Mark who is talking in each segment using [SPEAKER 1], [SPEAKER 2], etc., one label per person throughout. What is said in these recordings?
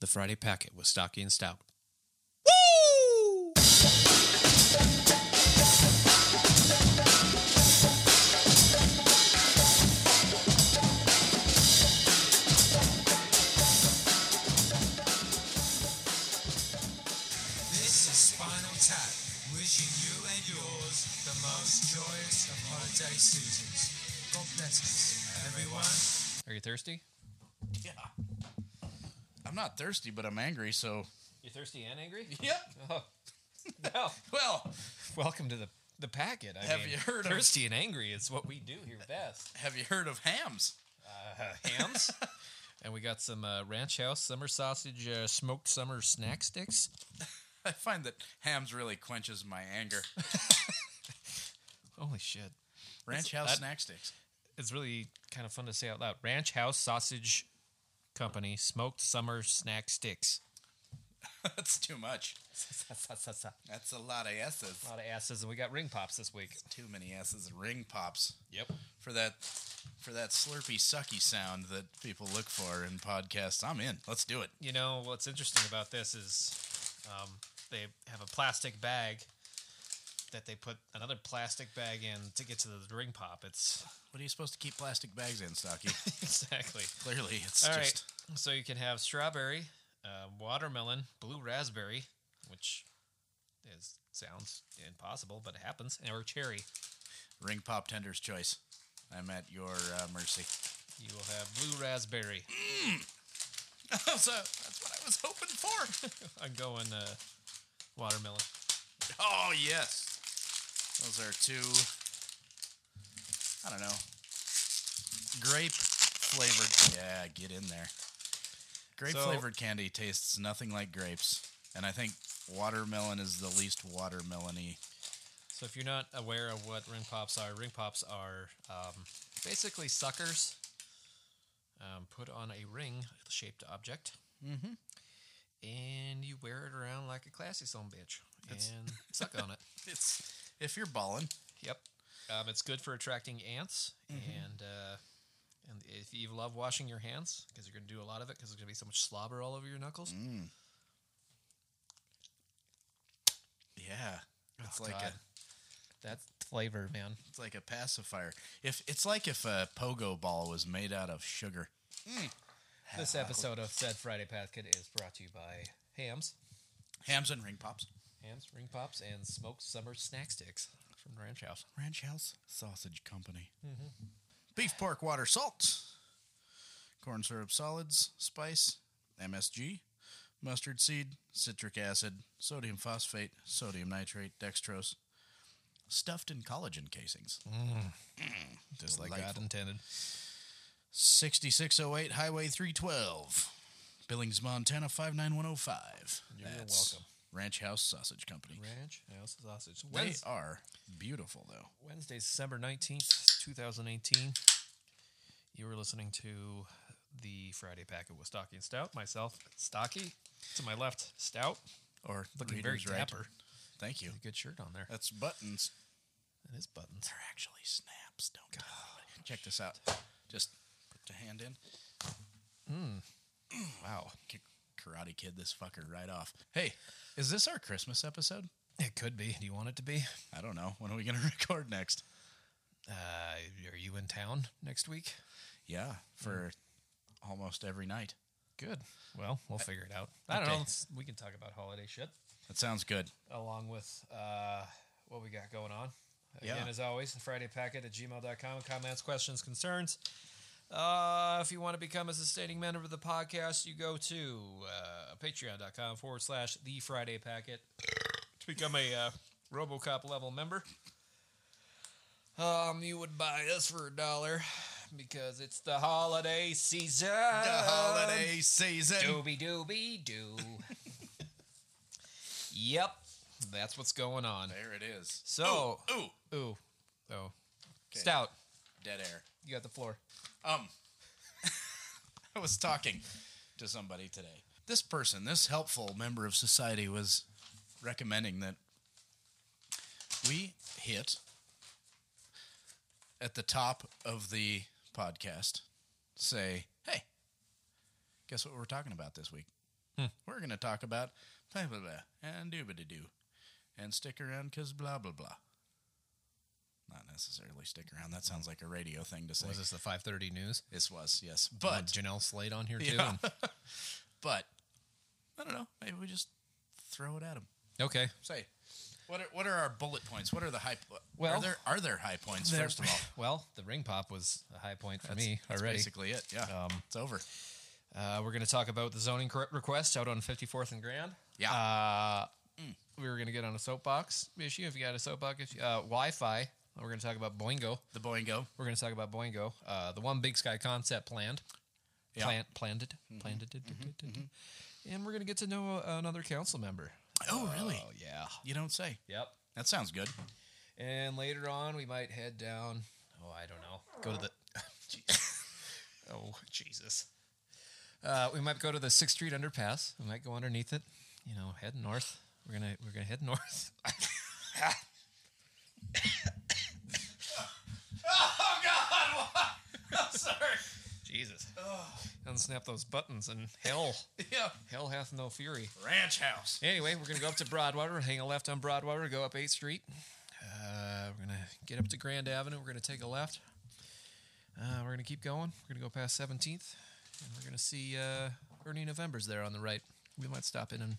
[SPEAKER 1] the Friday Packet with Stocky and Stout.
[SPEAKER 2] This is Spinal Tap, wishing you and yours the most joyous of holiday seasons. God bless us, everyone.
[SPEAKER 1] Are you thirsty?
[SPEAKER 3] Yeah. I'm not thirsty, but I'm angry, so.
[SPEAKER 1] You're thirsty and angry?
[SPEAKER 3] Yep.
[SPEAKER 1] Oh, no.
[SPEAKER 3] Well,
[SPEAKER 1] Welcome to the the packet. I
[SPEAKER 3] Have
[SPEAKER 1] mean,
[SPEAKER 3] you heard of-
[SPEAKER 1] thirsty and angry? It's what we do here best.
[SPEAKER 3] have you heard of hams?
[SPEAKER 1] Uh, hams, and we got some uh, ranch house summer sausage uh, smoked summer snack sticks.
[SPEAKER 3] I find that hams really quenches my anger.
[SPEAKER 1] Holy shit!
[SPEAKER 3] Ranch House
[SPEAKER 1] that-
[SPEAKER 3] snack sticks.
[SPEAKER 1] It's really kind of fun to say out loud. Ranch house sausage company smoked summer snack sticks.
[SPEAKER 3] That's too much.
[SPEAKER 1] a
[SPEAKER 3] That's a lot of S's.
[SPEAKER 1] lot of asses, and we got ring pops this week.
[SPEAKER 3] Too many S's. Ring pops
[SPEAKER 1] Yep.
[SPEAKER 3] for that for that slurpy sucky sound that people look for in podcasts. I'm in. Let's do it.
[SPEAKER 1] you know what's interesting about this is um, they have a plastic bag that they put another plastic bag in to get to the ring pop. It's
[SPEAKER 3] What are you supposed to keep plastic bags in, Stocky?
[SPEAKER 1] exactly
[SPEAKER 3] Clearly, it's
[SPEAKER 1] all right.
[SPEAKER 3] just
[SPEAKER 1] So you can have strawberry, uh, watermelon, blue raspberry, which is sounds impossible, but it happens, or cherry.
[SPEAKER 3] ring pop tender's choice. I'm at your uh, mercy.
[SPEAKER 1] You will have blue raspberry.
[SPEAKER 3] so that's what I was hoping for.
[SPEAKER 1] I'm going uh, watermelon.
[SPEAKER 3] oh yes, those are two. I don't know. Grape flavored. Yeah, get in there. Grape flavored candy tastes nothing like grapes, and I think watermelon is the least watermelony.
[SPEAKER 1] So if you're not aware of what ring pops are, ring pops are um, basically suckers um, put on a ring-shaped object, mm-hmm. and you wear it around like a classy son bitch and suck on it.
[SPEAKER 3] It's if you're balling.
[SPEAKER 1] Yep, um, it's good for attracting ants,
[SPEAKER 3] Mm-hmm.
[SPEAKER 1] and uh, and if you love washing your hands because you're gonna do a lot of it because there's gonna be so much slobber all over your knuckles.
[SPEAKER 3] Mm, Yeah, it's
[SPEAKER 1] Oh,
[SPEAKER 3] like
[SPEAKER 1] God.
[SPEAKER 3] a
[SPEAKER 1] That's flavor, man.
[SPEAKER 3] it's like a pacifier. If it's like if a pogo ball was made out of sugar.
[SPEAKER 1] This episode of said Friday Packet is brought to you by Hams.
[SPEAKER 3] Hams and ring pops.
[SPEAKER 1] Hams, ring pops, and smoked summer snack sticks from Ranch House.
[SPEAKER 3] Ranch House Sausage Company.
[SPEAKER 1] Mm-hmm.
[SPEAKER 3] Beef, pork, water, salt, corn syrup solids, spice, MSG, mustard seed, citric acid, sodium phosphate, sodium nitrate, dextrose, stuffed in collagen casings. Mm,
[SPEAKER 1] Just like
[SPEAKER 3] delightful.
[SPEAKER 1] God intended.
[SPEAKER 3] 6608 Highway 312, Billings, Montana 59105.
[SPEAKER 1] You're welcome.
[SPEAKER 3] Ranch House Sausage Company.
[SPEAKER 1] Ranch House sausage.
[SPEAKER 3] They
[SPEAKER 1] Wednesday,
[SPEAKER 3] are beautiful, though.
[SPEAKER 1] Wednesday, December 19th, 2018. You were listening to the Friday Packet with Stocky and Stout. Myself, Stocky. To my left, Stout.
[SPEAKER 3] Or
[SPEAKER 1] Looking very
[SPEAKER 3] Reader's Right.
[SPEAKER 1] dapper.
[SPEAKER 3] Thank you.
[SPEAKER 1] Good shirt on there.
[SPEAKER 3] That's buttons.
[SPEAKER 1] It is buttons.
[SPEAKER 3] They're actually snaps. Don't tell anybody. check this out. Just put the hand in.
[SPEAKER 1] Wow.
[SPEAKER 3] Kick Karate Kid this fucker right off. Hey, is this our Christmas episode?
[SPEAKER 1] It could be. Do you want it to be?
[SPEAKER 3] I don't know. When are we gonna record next?
[SPEAKER 1] Uh, are you in town next week?
[SPEAKER 3] Yeah, for almost every night.
[SPEAKER 1] Good. Well, we'll figure it out. I don't
[SPEAKER 3] Okay.
[SPEAKER 1] know. Let's- We can talk about holiday shit.
[SPEAKER 3] That sounds good.
[SPEAKER 1] along with uh, what we got going on. Again,
[SPEAKER 3] Yeah.
[SPEAKER 1] as always, the Friday Packet at gmail.com. Comments, questions, concerns. Uh, if you want to become a sustaining member of the podcast, you go to uh, patreon.com forward slash the Friday Packet to become a uh, Robocop level member. Um, you would buy us for a dollar because it's the holiday season. The
[SPEAKER 3] Um, season.
[SPEAKER 1] Dooby dooby doo. yep, that's what's going on.
[SPEAKER 3] There it is.
[SPEAKER 1] So,
[SPEAKER 3] ooh, ooh,
[SPEAKER 1] ooh, oh, stout,
[SPEAKER 3] dead air.
[SPEAKER 1] you got the floor.
[SPEAKER 3] Um, I was talking to somebody today. This person, this helpful member of society, was recommending that we hit at the top of the podcast, say, hey, guess what we're talking about this week? We're going to talk about blah, blah, blah, and doobity doo. And stick around because blah, blah, blah. Not necessarily stick around. That sounds like a radio thing to say.
[SPEAKER 1] Was this the 5:30 news?
[SPEAKER 3] This was, yes.
[SPEAKER 1] We'll have
[SPEAKER 3] But,
[SPEAKER 1] Janelle Slate on here too.
[SPEAKER 3] yeah. but, I don't know. Maybe we just throw it at them.
[SPEAKER 1] okay.
[SPEAKER 3] Say, what are, what are our bullet points? What are the high well,
[SPEAKER 1] Well-
[SPEAKER 3] are there are there high points
[SPEAKER 1] There-
[SPEAKER 3] first of all?
[SPEAKER 1] Well, the ring pop was a high point for me
[SPEAKER 3] that's um,
[SPEAKER 1] already.
[SPEAKER 3] basically it. Yeah. it's over.
[SPEAKER 1] Uh, we're going to talk about the zoning cor- request out on 54th and Grand.
[SPEAKER 3] Yeah.
[SPEAKER 1] Uh, We were going to get on a soapbox issue. If you got a soapbox issue, uh, Wi Fi. We're going to talk about Boingo.
[SPEAKER 3] The Boingo.
[SPEAKER 1] We're going to talk about Boingo. Uh, the one big sky concept planned.
[SPEAKER 3] Yeah. Mm-hmm.
[SPEAKER 1] Plant, planned it. Planned it. it- it- it- it. And we're going to get to know uh, another council member.
[SPEAKER 3] Oh, really?
[SPEAKER 1] Oh, yeah.
[SPEAKER 3] You don't say.
[SPEAKER 1] Yep.
[SPEAKER 3] That sounds good.
[SPEAKER 1] And later on, we might head down. Oh, I don't know. Go to the. oh, Jesus. Uh, we might go to the Sixth Street underpass. We might go underneath it. You know, head north. We're gonna we're gonna head north.
[SPEAKER 3] Oh God! I'm sorry. Oh.
[SPEAKER 1] Jesus. Unsnap those buttons and hell,
[SPEAKER 3] Yeah.
[SPEAKER 1] hell hath no fury.
[SPEAKER 3] Ranch house.
[SPEAKER 1] Anyway, we're gonna go up to Broadwater, hang a left on Broadwater, go up Eighth Street. Uh, we're gonna get up to Grand Avenue. We're gonna take a left. Uh, we're gonna keep going. We're gonna go past Seventeenth, and we're gonna see uh, Ernie November's there on the right. We might stop in and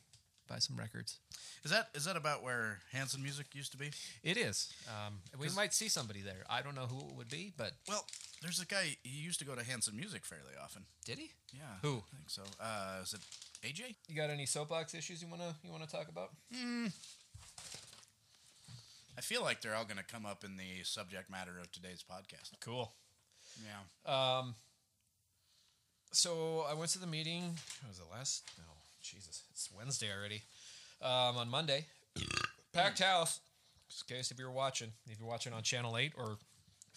[SPEAKER 1] buy some records.
[SPEAKER 3] Is that is that about where Hanson Music used to be?
[SPEAKER 1] It is. Um, we might see somebody there. I don't know who it would be, but
[SPEAKER 3] Well, there's a guy. He used to go to Hanson Music fairly often.
[SPEAKER 1] did he?
[SPEAKER 3] Yeah.
[SPEAKER 1] Who?
[SPEAKER 3] I think so. Uh, is it AJ?
[SPEAKER 1] You got any soapbox issues you wanna you wanna talk about?
[SPEAKER 3] I feel like they're all going to come up in the subject matter of today's podcast.
[SPEAKER 1] Cool.
[SPEAKER 3] Yeah.
[SPEAKER 1] Um, so I went to the meeting. What was it last? No, Jesus, it's Wednesday already. Um, on Monday, packed house. Just in case if you're watching, if you're watching on Channel Eight or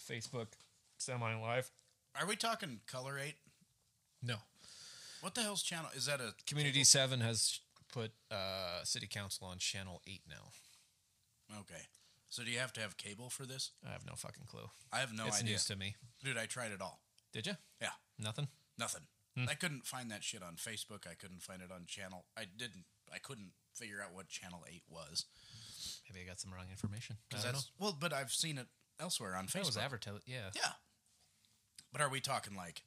[SPEAKER 1] Facebook Semi Live.
[SPEAKER 3] Are we talking Color Eight?
[SPEAKER 1] No,
[SPEAKER 3] What the hell's channel? Is that a
[SPEAKER 1] Community Seven has put uh, City Council on Channel Eight now.
[SPEAKER 3] Okay. So do you have to have cable for this?
[SPEAKER 1] I have no fucking clue.
[SPEAKER 3] I have no
[SPEAKER 1] it's
[SPEAKER 3] idea,
[SPEAKER 1] news to me.
[SPEAKER 3] dude. I tried it all.
[SPEAKER 1] Did you?
[SPEAKER 3] Yeah.
[SPEAKER 1] Nothing.
[SPEAKER 3] Nothing.
[SPEAKER 1] Hmm.
[SPEAKER 3] I couldn't find that shit on Facebook. I couldn't find it on channel. I didn't. I couldn't figure out what channel eight was.
[SPEAKER 1] Maybe I got some wrong information. I
[SPEAKER 3] 'Cause
[SPEAKER 1] don't know.
[SPEAKER 3] that's- Well, but I've seen it elsewhere on
[SPEAKER 1] That
[SPEAKER 3] Facebook.
[SPEAKER 1] was advertised. Yeah.
[SPEAKER 3] yeah. But are we talking like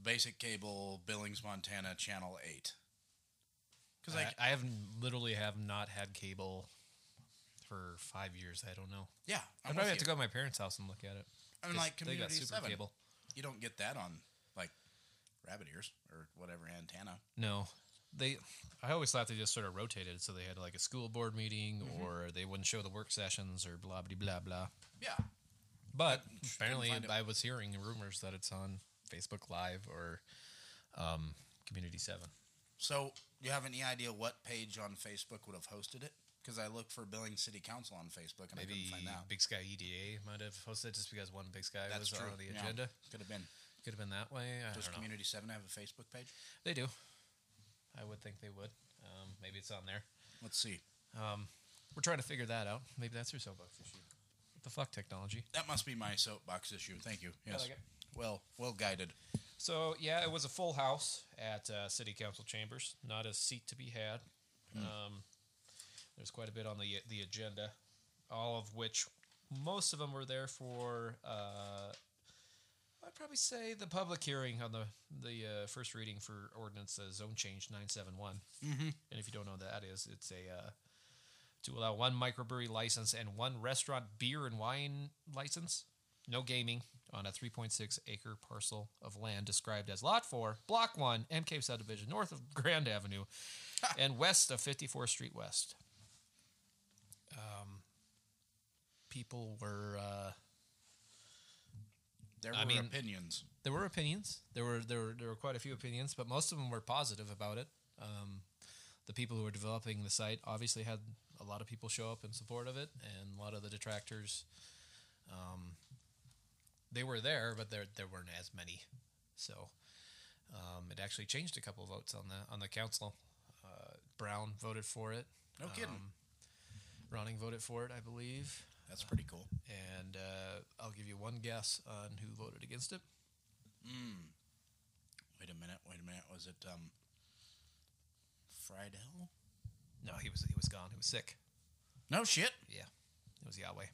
[SPEAKER 3] basic cable, Billings, Montana, channel eight? Because
[SPEAKER 1] I,
[SPEAKER 3] like,
[SPEAKER 1] I have literally have not had cable for five years. I don't know.
[SPEAKER 3] yeah,
[SPEAKER 1] i
[SPEAKER 3] I'm
[SPEAKER 1] probably
[SPEAKER 3] with
[SPEAKER 1] have to
[SPEAKER 3] you.
[SPEAKER 1] go to my parents' house and look at it.
[SPEAKER 3] I mean,
[SPEAKER 1] 'cause
[SPEAKER 3] like
[SPEAKER 1] they
[SPEAKER 3] community
[SPEAKER 1] got super
[SPEAKER 3] seven.
[SPEAKER 1] cable.
[SPEAKER 3] You don't get that on like rabbit ears or whatever antenna.
[SPEAKER 1] No, they. I always thought they just sort of rotated, so they had like a school board meeting,
[SPEAKER 3] Mm-hmm.
[SPEAKER 1] or they wouldn't show the work sessions, or blah blah blah blah.
[SPEAKER 3] Yeah.
[SPEAKER 1] But apparently,
[SPEAKER 3] find it.
[SPEAKER 1] I was hearing rumors that it's on Facebook Live or um, Community Seven.
[SPEAKER 3] So, do you have any idea what page on Facebook would have hosted it? Because I looked for Billings City Council on Facebook and I
[SPEAKER 1] Maybe
[SPEAKER 3] couldn't find out.
[SPEAKER 1] Big Sky EDA might have hosted just because one Big Sky
[SPEAKER 3] That's
[SPEAKER 1] was
[SPEAKER 3] true.
[SPEAKER 1] on the
[SPEAKER 3] Yeah.
[SPEAKER 1] agenda.
[SPEAKER 3] Could have been.
[SPEAKER 1] Could have been that way. I
[SPEAKER 3] Does
[SPEAKER 1] don't know.
[SPEAKER 3] Community Seven have a Facebook page?
[SPEAKER 1] They do. I would think they would. Um, maybe it's on there.
[SPEAKER 3] Let's see.
[SPEAKER 1] Um, we're trying to figure that out. Maybe that's your soapbox issue. What the fuck, technology?
[SPEAKER 3] That must be my soapbox issue. Thank you. Yes.
[SPEAKER 1] like it.
[SPEAKER 3] Well, well guided.
[SPEAKER 1] So yeah, it was a full house at uh, City Council chambers. Not a seat to be had. Um, there's quite a bit on the the agenda, all of which most of them were there for. Uh, I'd probably say the public hearing on the the uh, first reading for ordinance uh, zone change nine seven one. And if you don't know what that is, it's a uh, to allow one microbrewery license and one restaurant beer and wine license, no gaming, on a 3.6 acre parcel of land described as Lot 4, Block 1, MK subdivision, north of Grand Avenue and west of 54th Street West. Um, people were. Uh,
[SPEAKER 3] There were
[SPEAKER 1] I mean-
[SPEAKER 3] opinions.
[SPEAKER 1] there were opinions. There were there were, there were quite a few opinions, but most of them were positive about it. Um, the people who were developing the site obviously had a lot of people show up in support of it, and a lot of the detractors. Um, they were there, but there there weren't as many, so um, it actually changed a couple votes on the on the council. Uh, Brown voted for it.
[SPEAKER 3] No kidding.
[SPEAKER 1] Ronning voted for it, I believe.
[SPEAKER 3] That's pretty cool.
[SPEAKER 1] And uh, I'll give you one guess on who voted against it.
[SPEAKER 3] Wait a minute. Wait a minute. Was it um Friedel?
[SPEAKER 1] No, he was he was gone. He was sick.
[SPEAKER 3] No shit.
[SPEAKER 1] Yeah, it was Yahweh.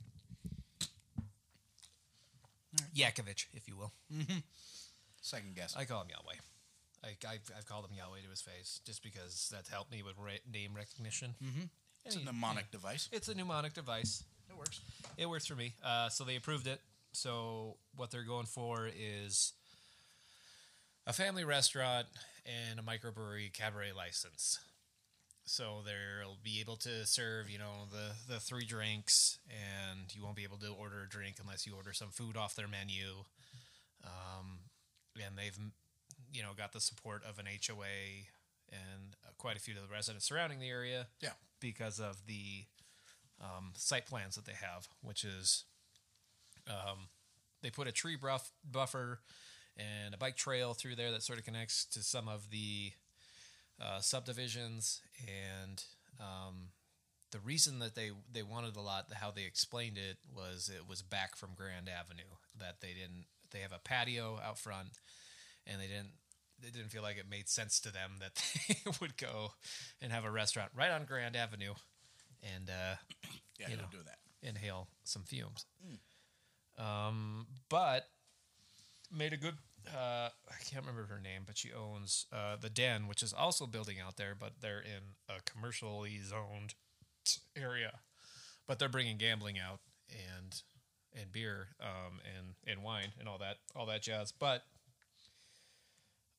[SPEAKER 1] Yakovich, if you will.
[SPEAKER 3] Second guess.
[SPEAKER 1] I call him Yahweh. I, I've, I've called him Yahweh to his face just because that helped me with re- name recognition. Mm-hmm.
[SPEAKER 3] it's a mnemonic device.
[SPEAKER 1] It's a mnemonic device.
[SPEAKER 3] It works.
[SPEAKER 1] It works for me. Uh, so they approved it. So what they're going for is a family restaurant and a microbrewery cabaret license. So they'll be able to serve, you know, the the three drinks, and you won't be able to order a drink unless you order some food off their menu. Um, and they've, you know, got the support of an HOA and uh, quite a few of the residents surrounding the area
[SPEAKER 3] Yeah.
[SPEAKER 1] because of the um, site plans that they have, which is um, they put a tree bruff, buffer and a bike trail through there that sort of connects to some of the uh, subdivisions. And um, the reason that they they wanted a lot, how they explained it was it was back from Grand Avenue that they didn't. They have a patio out front, and they didn't. It didn't feel like it made sense to them that they would go and have a restaurant right on Grand Avenue, and uh,
[SPEAKER 3] Yeah,
[SPEAKER 1] You
[SPEAKER 3] you will
[SPEAKER 1] know.
[SPEAKER 3] do that.
[SPEAKER 1] inhale some fumes. Um, but made a good. Uh, I can't remember her name, but she owns uh, the Den, which is also building out there, but they're in a commercially zoned area. But they're bringing gambling out and and beer um, and and wine and all that all that jazz. But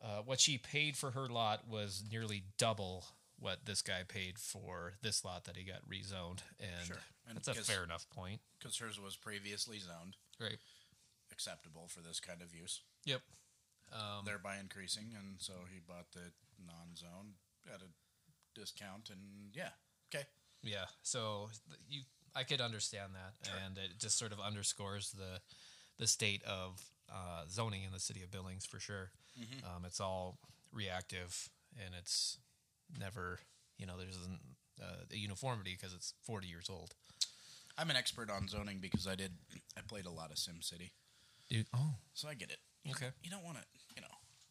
[SPEAKER 1] uh, what she paid for her lot was nearly double what this guy paid for this lot that he got rezoned, and,
[SPEAKER 3] Sure. And
[SPEAKER 1] that's a
[SPEAKER 3] guess-
[SPEAKER 1] fair enough point,
[SPEAKER 3] Because hers was previously zoned,
[SPEAKER 1] right?
[SPEAKER 3] acceptable for this kind of use,
[SPEAKER 1] Yep. Um,
[SPEAKER 3] thereby increasing. And so he bought the non zone at a discount. And yeah. Okay.
[SPEAKER 1] Yeah. So th- you, I could understand that,
[SPEAKER 3] Sure.
[SPEAKER 1] and it just sort of underscores the the state of uh, zoning in the city of Billings for sure.
[SPEAKER 3] Mm-hmm.
[SPEAKER 1] Um, it's all reactive, and it's never, you know, there's an, uh, a uniformity because it's 40 years old.
[SPEAKER 3] I'm an expert on zoning because I did, I played a lot of Sim City.
[SPEAKER 1] Dude, oh,
[SPEAKER 3] So I get it.
[SPEAKER 1] okay.
[SPEAKER 3] You don't want to, you know,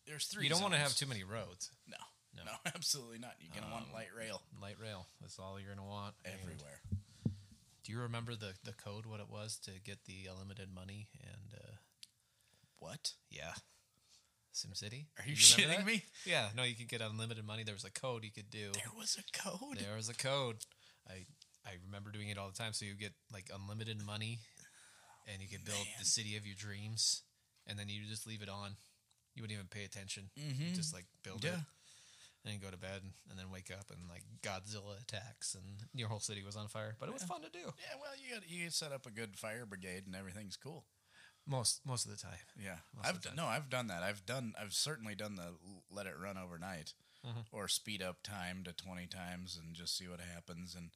[SPEAKER 3] there's three.
[SPEAKER 1] You don't want to
[SPEAKER 3] zones.
[SPEAKER 1] have too many roads.
[SPEAKER 3] No,
[SPEAKER 1] No. Um,
[SPEAKER 3] no, absolutely not. You're gonna want light rail
[SPEAKER 1] Light rail. That's all you're gonna want. And
[SPEAKER 3] everywhere.
[SPEAKER 1] Do you remember the the code? What it was to get the unlimited money and uh,
[SPEAKER 3] What?
[SPEAKER 1] yeah, SimCity.
[SPEAKER 3] Are
[SPEAKER 1] remember
[SPEAKER 3] you, shitting
[SPEAKER 1] that?
[SPEAKER 3] me?
[SPEAKER 1] Yeah, no, you could get unlimited money. There was a code you could do.
[SPEAKER 3] There was a code.
[SPEAKER 1] There was a code. I I remember doing it all the time. So you get like unlimited money, and you could build
[SPEAKER 3] Man.
[SPEAKER 1] the city of your dreams, and then you just leave it on. You wouldn't even pay attention. You just like build it,
[SPEAKER 3] Mm-hmm. Yeah.
[SPEAKER 1] and then go to bed, and then wake up, and like Godzilla attacks, and your whole city was on fire. But it was fun to do
[SPEAKER 3] Yeah, well, you got you set up a good fire brigade and everything's cool.
[SPEAKER 1] most most of the time.
[SPEAKER 3] Yeah,
[SPEAKER 1] Most of
[SPEAKER 3] I've
[SPEAKER 1] the
[SPEAKER 3] done, no, I've done that. I've done, I've certainly done the l- let it run overnight,
[SPEAKER 1] Mm-hmm.
[SPEAKER 3] or speed up time to twenty times and just see what happens. And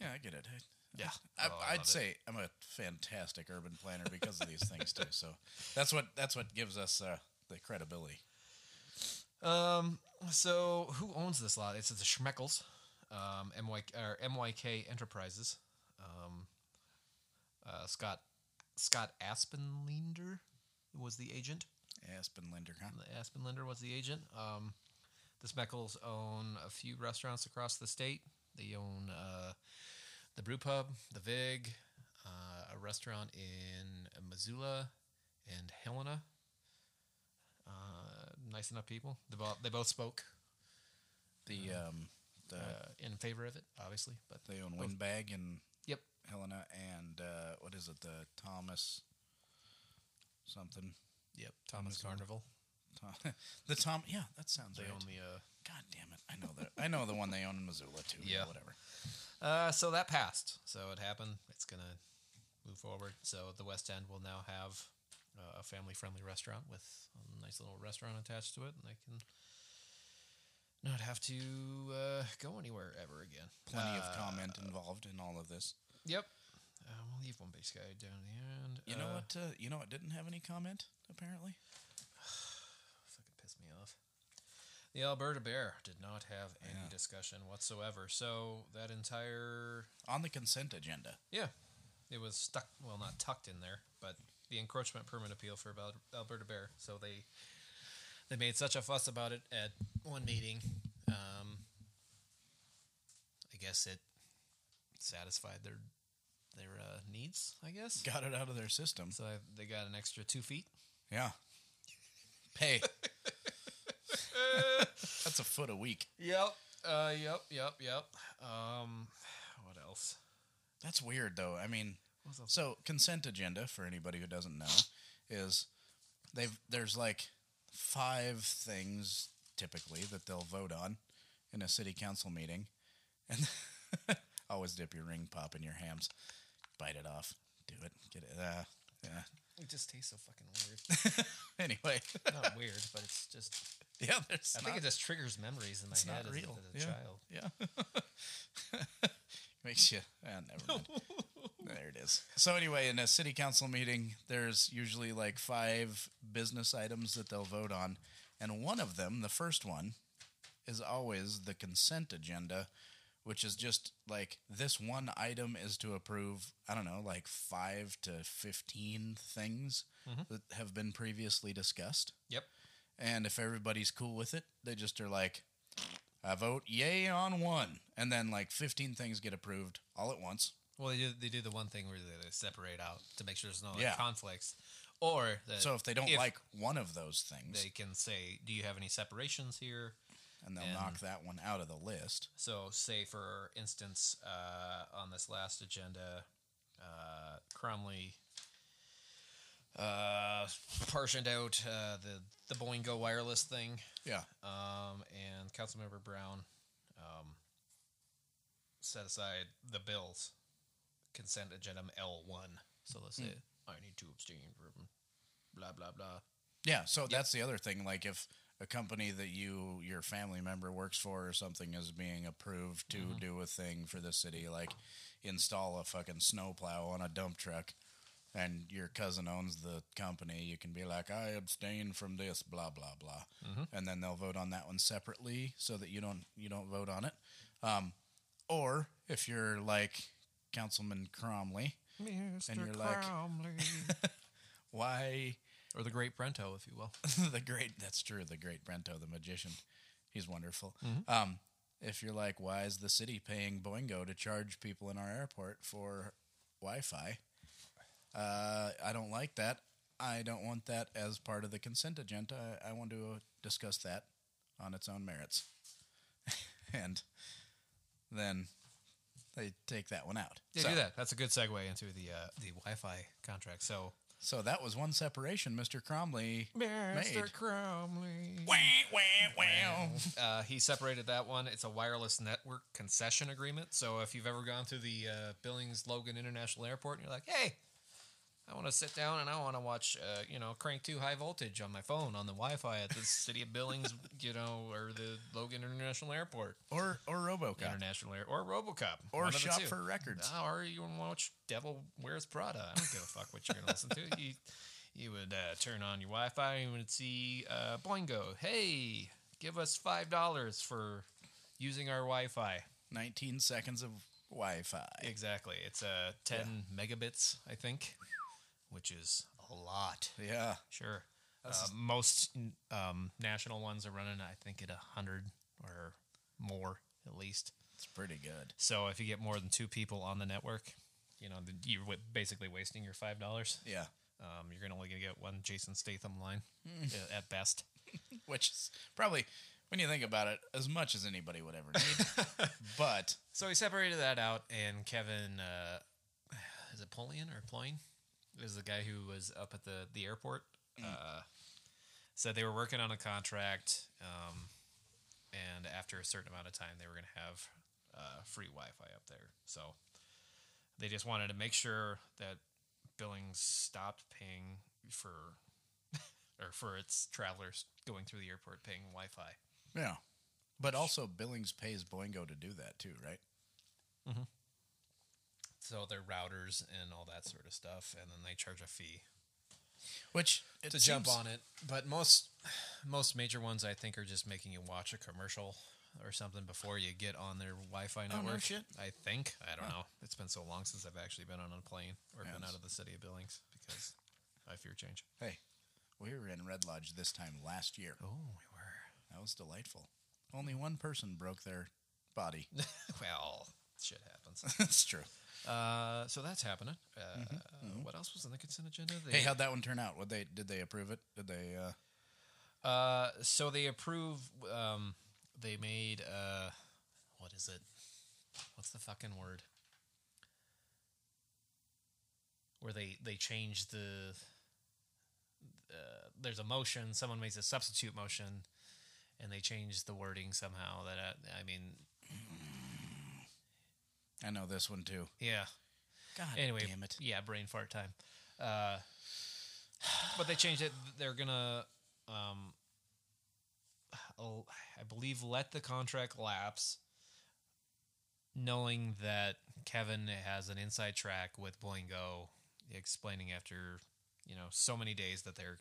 [SPEAKER 3] yeah, I get it. I,
[SPEAKER 1] Yeah.
[SPEAKER 3] I,
[SPEAKER 1] Oh, I love
[SPEAKER 3] I'd
[SPEAKER 1] it.
[SPEAKER 3] say I'm a fantastic urban planner because of these things too. So that's what that's what gives us uh, the credibility.
[SPEAKER 1] Um. So who owns this lot? It's the Schmeckles, um, MY or MYK Enterprises. Um, uh, Scott Scott Aspenlinder was the agent.
[SPEAKER 3] Aspen Linder, huh?
[SPEAKER 1] The Aspenlinder was the agent. Um, the Schmeckles own a few restaurants across the state. They own uh, the Brew Pub, the Vig, uh, a restaurant in Missoula, and Helena. Uh, nice enough people. They both, they both spoke
[SPEAKER 3] The um, the
[SPEAKER 1] uh, in favor of it, obviously. But
[SPEAKER 3] they own Windbag and
[SPEAKER 1] yep,
[SPEAKER 3] Helena and uh, what is it? The Thomas something.
[SPEAKER 1] yep. Thomas
[SPEAKER 3] Missoula.
[SPEAKER 1] Carnival.
[SPEAKER 3] Tom, the Tom. Yeah, that sounds
[SPEAKER 1] They
[SPEAKER 3] right.
[SPEAKER 1] own the. Uh,
[SPEAKER 3] God damn it! I know that. I know the one they own in Missoula too.
[SPEAKER 1] Yeah.
[SPEAKER 3] Yeah, whatever.
[SPEAKER 1] Uh, so that passed. So it happened. It's gonna move forward. So the West End will now have uh, a family-friendly restaurant with a nice little restaurant attached to it, and they can not have to uh, go anywhere ever again.
[SPEAKER 3] Plenty
[SPEAKER 1] Uh,
[SPEAKER 3] of comment involved in all of this.
[SPEAKER 1] Yep. Uh, we'll leave one base guy down the end.
[SPEAKER 3] You know
[SPEAKER 1] Uh,
[SPEAKER 3] what? Uh, you know what didn't have any comment apparently.
[SPEAKER 1] Fucking piss me off. The Alberta Bear did not have any
[SPEAKER 3] Yeah.
[SPEAKER 1] discussion whatsoever. So that entire
[SPEAKER 3] On the consent agenda.
[SPEAKER 1] Yeah. It was stuck, well, not tucked in there, but the encroachment permit appeal for Bel- Alberta Bear. So they they made such a fuss about it at one meeting um, guess it satisfied their their uh, needs. I guess.
[SPEAKER 3] Got it out of their system.
[SPEAKER 1] So I, they got an extra two feet.
[SPEAKER 3] Yeah. Pay. That's a foot a week.
[SPEAKER 1] Yep. Uh, yep. Yep. Yep. Um, what else?
[SPEAKER 3] That's weird, though. I mean,
[SPEAKER 1] What's up?
[SPEAKER 3] so consent agenda for anybody who doesn't know is they've there's like five things typically that they'll vote on in a city council meeting, and always dip your ring pop in your hams, bite it off, do it, get it. Uh, yeah.
[SPEAKER 1] It just tastes so fucking
[SPEAKER 3] Anyway,
[SPEAKER 1] weird. Not weird, but it's just.
[SPEAKER 3] yeah, there's
[SPEAKER 1] I think it just triggers memories in my
[SPEAKER 3] It's
[SPEAKER 1] head as,
[SPEAKER 3] not
[SPEAKER 1] a-
[SPEAKER 3] real.
[SPEAKER 1] as a
[SPEAKER 3] yeah.
[SPEAKER 1] child.
[SPEAKER 3] Yeah. Makes you. Ah, never mind. there it is. So anyway, in a city council meeting, there's usually like five business items that they'll vote on, and one of them, the first one, is always the consent agenda, which is just like this one item is to approve. I don't know, like five to fifteen things that have been previously discussed.
[SPEAKER 1] Yep.
[SPEAKER 3] And if everybody's cool with it, they just are like, I vote yay on one. And then like 15 things get approved all at once.
[SPEAKER 1] Well, they do. They do the one thing where they, they separate out to make sure there's no like,
[SPEAKER 3] Yeah.
[SPEAKER 1] conflicts, or that
[SPEAKER 3] So if they don't
[SPEAKER 1] If-
[SPEAKER 3] like one of those things,
[SPEAKER 1] they can say, "Do you have any separations here?"
[SPEAKER 3] and they'll
[SPEAKER 1] and-
[SPEAKER 3] knock that one out of the list.
[SPEAKER 1] So, say for instance, uh, on this last agenda, uh, Cromley uh, portioned out uh, the the Boingo wireless thing,
[SPEAKER 3] Yeah.
[SPEAKER 1] um, and Councilmember Brown um, set aside the bills consent agenda L one. So let's say I need to abstain from blah blah blah.
[SPEAKER 3] Yeah. So that's the other thing. Like if a company that you, your family member works for or something is being approved to do a thing for the city, like install a fucking snowplow on a dump truck. And your cousin owns the company, you can be like, I abstain from this, blah blah blah, and then they'll vote on that one separately so that you don't you don't vote on it. Um, or if you're like Councilman Cromley, and you're like, why
[SPEAKER 1] or the Great Brento, if you will.
[SPEAKER 3] the great that's true the great brento the magician he's wonderful um if you're like why is the city paying boingo to charge people in our airport for wi-fi uh i don't like that i don't want that as part of the consent agenda i, I want to discuss that on its own merits and then they take that one out
[SPEAKER 1] Yeah,
[SPEAKER 3] So-
[SPEAKER 1] do that. That's a good segue into the uh, the Wi-Fi contract. So,
[SPEAKER 3] so that was one separation mr cromley Made.
[SPEAKER 1] Cromley,
[SPEAKER 3] Wah, wah, wah.
[SPEAKER 1] uh, he separated that one. It's a wireless network concession agreement. So, if you've ever gone through the uh, Billings Logan International Airport and you're like, "Hey, I want to sit down and I want to watch, uh, you know, Crank Two High Voltage on my phone on the Wi-Fi at the City of Billings, you know, or the Logan International Airport,
[SPEAKER 3] or or robocop
[SPEAKER 1] International Air, or RoboCop,
[SPEAKER 3] or
[SPEAKER 1] one of the
[SPEAKER 3] shop
[SPEAKER 1] two.
[SPEAKER 3] for records.
[SPEAKER 1] Nah, or you want to watch Devil Wears Prada. I don't give a fuck what you're going to listen to. You, you would uh, turn on your Wi Fi and you would see uh, Boingo. Hey, give us $5 for using our Wi Fi.
[SPEAKER 3] 19 seconds of Wi-Fi.
[SPEAKER 1] Exactly. It's uh, 10 megabits, I think, which is a lot.
[SPEAKER 3] Yeah,
[SPEAKER 1] Sure. Uh, most um, national ones are running, I think, at 100 or more at least.
[SPEAKER 3] it's pretty good.
[SPEAKER 1] So if you get more than two people on the network, you know, then you're wa- basically wasting your five dollars.
[SPEAKER 3] Yeah,
[SPEAKER 1] Um, you're gonna only gonna get one Jason Statham line uh, at best.
[SPEAKER 3] which is probably when you think about it, as much as anybody would ever need. but
[SPEAKER 1] So he separated that out, and Kevin, uh, is it Polian or Ployne? Is the guy who was up at the the airport. Uh, said they were working on a contract, um, and after a certain amount of time, they were gonna have uh, free Wi-Fi up there. So they just wanted to make sure that Billings stopped paying for or for its travelers going through the airport paying Wi-Fi.
[SPEAKER 3] yeah, but also Billings pays Boingo to do that too, right?
[SPEAKER 1] so their routers and all that sort of stuff, and then they charge a fee
[SPEAKER 3] Which it
[SPEAKER 1] to jump
[SPEAKER 3] seems-
[SPEAKER 1] on it. But most most major ones, I think, are just making you watch a commercial or something before you get on their Wi-Fi
[SPEAKER 3] Oh, no
[SPEAKER 1] network.
[SPEAKER 3] shit.
[SPEAKER 1] I think I don't know. It's been so long since I've actually been on a plane or been
[SPEAKER 3] Yes.
[SPEAKER 1] out of the city of Billings because I fear change.
[SPEAKER 3] Hey, we were in Red Lodge this time last year.
[SPEAKER 1] Oh, we were.
[SPEAKER 3] That was delightful. Only one person broke their body.
[SPEAKER 1] well, shit happens.
[SPEAKER 3] That's true.
[SPEAKER 1] Uh, so that's happening. Uh, What else was on the consent agenda? They,
[SPEAKER 3] Mm-hmm. Hey, how'd that one turn out? Would they did they approve it? Did they? Uh,
[SPEAKER 1] uh, so they approve. Um, they made uh, what is it? What's the fucking word? Where they they change the. Uh, there's a motion. Someone makes a substitute motion, and they change the wording somehow. That uh, I, I mean,
[SPEAKER 3] I know this one too.
[SPEAKER 1] yeah.
[SPEAKER 3] God
[SPEAKER 1] anyway,
[SPEAKER 3] damn it!
[SPEAKER 1] yeah, brain fart time. Uh, but they changed it. They're gonna, um, l- I believe, let the contract lapse, knowing that Kevin has an inside track with Blingo, explaining after you know so many days that they're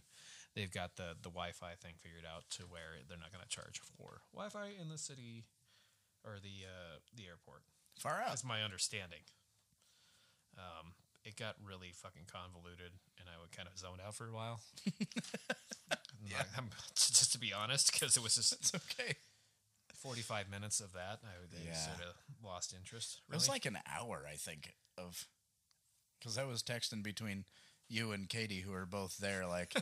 [SPEAKER 1] they've got the the Wi-Fi thing figured out to where they're not going to charge for Wi-Fi in the city or the uh, the airport.
[SPEAKER 3] Far out.
[SPEAKER 1] That's my understanding. Um, it got really fucking convoluted, and I would kind of zoned out for a while. yeah, just to be honest, because it was just
[SPEAKER 3] okay.
[SPEAKER 1] 45 minutes of that. I would
[SPEAKER 3] Yeah.
[SPEAKER 1] sort of lost interest.
[SPEAKER 3] It was
[SPEAKER 1] really.
[SPEAKER 3] like an hour, I think, of because I was texting between you and Katie, who are both there. Like,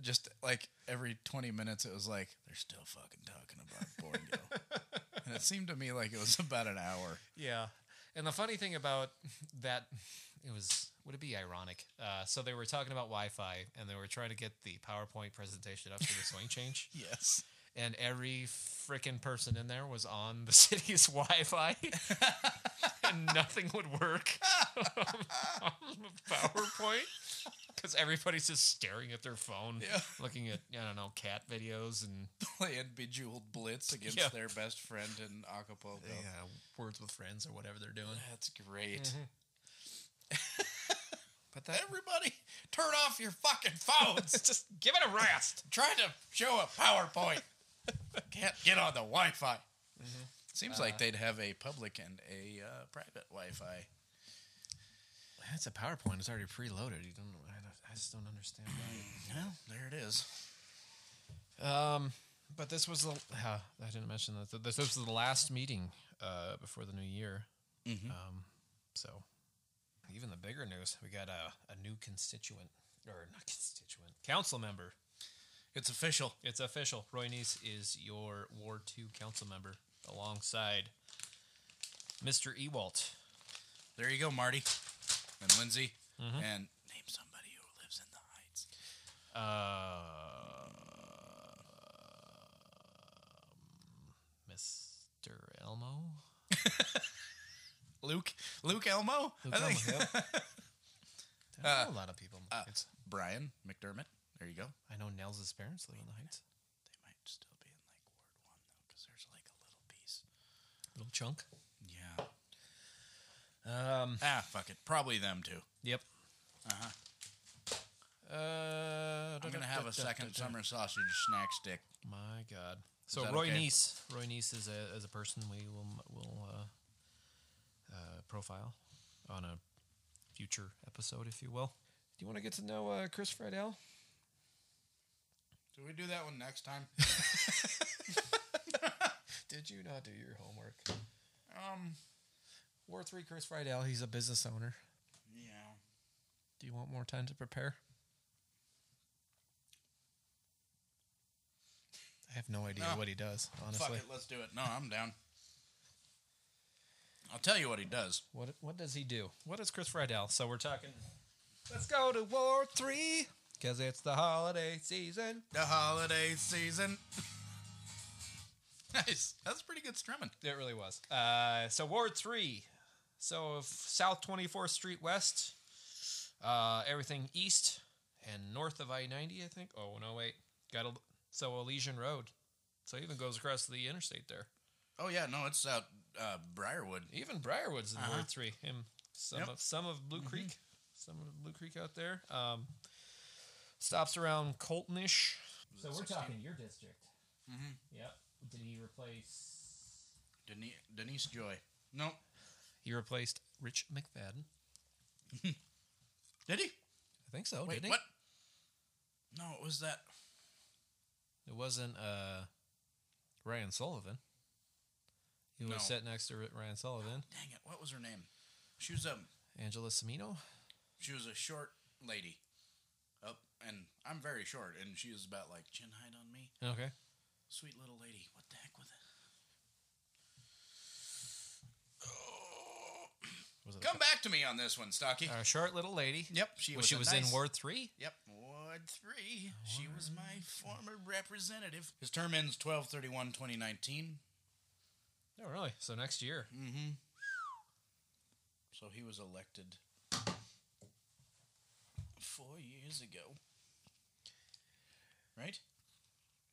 [SPEAKER 3] just like every twenty minutes, it was like they're still fucking talking about Borneo, and it seemed to me like it was about an hour.
[SPEAKER 1] yeah. And the funny thing about that, it was would it be ironic? Uh, so they were talking about Wi-Fi, and they were trying to get the PowerPoint presentation up for the swing change.
[SPEAKER 3] Yes.
[SPEAKER 1] and every freaking person in there was on the city's Wi-Fi, and nothing would work on the PowerPoint because everybody's just staring at their phone,
[SPEAKER 3] Yeah.
[SPEAKER 1] looking at I don't know cat videos and
[SPEAKER 3] Playing Bejeweled Blitz against
[SPEAKER 1] Yeah.
[SPEAKER 3] their best friend in Acapulco.
[SPEAKER 1] uh, words with friends or whatever they're doing.
[SPEAKER 3] That's great. Mm-hmm. but that, everybody, turn off your fucking phones.
[SPEAKER 1] just give it a rest.
[SPEAKER 3] trying to show a PowerPoint. Can't get on the Wi Fi.
[SPEAKER 1] Mm-hmm.
[SPEAKER 3] Seems
[SPEAKER 1] Uh-huh.
[SPEAKER 3] like they'd have a public and a uh, private Wi Fi.
[SPEAKER 1] That's a PowerPoint. It's already preloaded. You don't. I, don't, I just don't understand why.
[SPEAKER 3] Well, there it is.
[SPEAKER 1] Um, but this was the uh, I didn't mention that this, this was the last meeting uh, before the new year.
[SPEAKER 3] Mm-hmm.
[SPEAKER 1] Um, so even the bigger news, we got a, a new constituent or not constituent council member.
[SPEAKER 3] It's official.
[SPEAKER 1] It's official. Roy Neese is your Ward Two council member alongside Mr. Ewalt.
[SPEAKER 3] There you go, Marty and Lindsay.
[SPEAKER 1] Mm-hmm.
[SPEAKER 3] And name somebody who lives in the Heights.
[SPEAKER 1] Uh, Mr. Elmo.
[SPEAKER 3] Luke. Luke Elmo?
[SPEAKER 1] Luke
[SPEAKER 3] I think.
[SPEAKER 1] Elmo, yep. I know a lot of people.
[SPEAKER 3] Uh,
[SPEAKER 1] It's-
[SPEAKER 3] Brian McDermott. There you go.
[SPEAKER 1] I know Nels' parents live in the Heights.
[SPEAKER 3] They might still be in like Ward 1, though, because there's like a little piece.
[SPEAKER 1] Little chunk.
[SPEAKER 3] Yeah.
[SPEAKER 1] Um.
[SPEAKER 3] Ah, fuck it. Probably them too.
[SPEAKER 1] Yep. Uh-huh. Uh.
[SPEAKER 3] I'm gonna have a second summer sausage snack stick.
[SPEAKER 1] My God. So
[SPEAKER 3] that
[SPEAKER 1] Roy
[SPEAKER 3] okay?
[SPEAKER 1] Neese. Roy Neese is a as a person we will will uh, uh, profile on a future episode, if you will. Do you want to get to know uh, Chris Friedel?
[SPEAKER 3] Do we do that one next time?
[SPEAKER 1] Did you not do your homework?
[SPEAKER 3] um.
[SPEAKER 1] War three, Chris Friedel. He's a business owner.
[SPEAKER 3] Yeah.
[SPEAKER 1] Do you want more time to prepare? I have no idea
[SPEAKER 3] No.
[SPEAKER 1] what he does,
[SPEAKER 3] Fuck
[SPEAKER 1] honestly.
[SPEAKER 3] it. Let's do it. No, I'm down. I'll tell you what he does.
[SPEAKER 1] What what does he do? What is Chris Friedel? So we're talking. Let's go to War Three because it's the holiday season.
[SPEAKER 3] The holiday season. nice. That's pretty good strumming.
[SPEAKER 1] It really was. Uh, so Ward Three, so if South Twenty Fourth Street West, uh, everything east and north of I ninety, I think. Oh no, wait, got a, so Elysian Road. So even goes across the interstate there.
[SPEAKER 3] Oh yeah, no, it's out uh, Briarwood.
[SPEAKER 1] Even Briarwood's in
[SPEAKER 3] Uh-huh.
[SPEAKER 1] Ward Three. Him some
[SPEAKER 3] Yep. Mm-hmm.
[SPEAKER 1] of some of Blue Creek, some of Blue Creek out there. Um, stops around Coltonish. So
[SPEAKER 3] we're 16? talking
[SPEAKER 1] your district. Mm-hmm. Yep. Did he replace?
[SPEAKER 3] Denise, Denise Joy. No,
[SPEAKER 1] He replaced Rich McFadden.
[SPEAKER 3] did he?
[SPEAKER 1] I think so.
[SPEAKER 3] Wait,
[SPEAKER 1] didn't he?
[SPEAKER 3] what? No, it was that.
[SPEAKER 1] It wasn't uh, Ryan Sullivan. who was
[SPEAKER 3] No.
[SPEAKER 1] set next to Ryan Sullivan.
[SPEAKER 3] Dang it! What was her name? She was um,
[SPEAKER 1] Angela Semino.
[SPEAKER 3] she was a short lady, up, and I'm very short, and she was about like chin height on me.
[SPEAKER 1] Okay.
[SPEAKER 3] Sweet little lady, what the heck was it?
[SPEAKER 1] Oh. Was it
[SPEAKER 3] Come back to me on this one, Stocky.
[SPEAKER 1] a, a short little lady?
[SPEAKER 3] Yep, she
[SPEAKER 1] Well,
[SPEAKER 3] was.
[SPEAKER 1] she
[SPEAKER 3] a
[SPEAKER 1] was
[SPEAKER 3] nice-
[SPEAKER 1] in Ward Three.
[SPEAKER 3] Yep, Ward Three. She was my former representative. His term ends 12-31-2019.
[SPEAKER 1] Oh, really? So next year.
[SPEAKER 3] Mm-hmm. So he was elected four years ago. Right?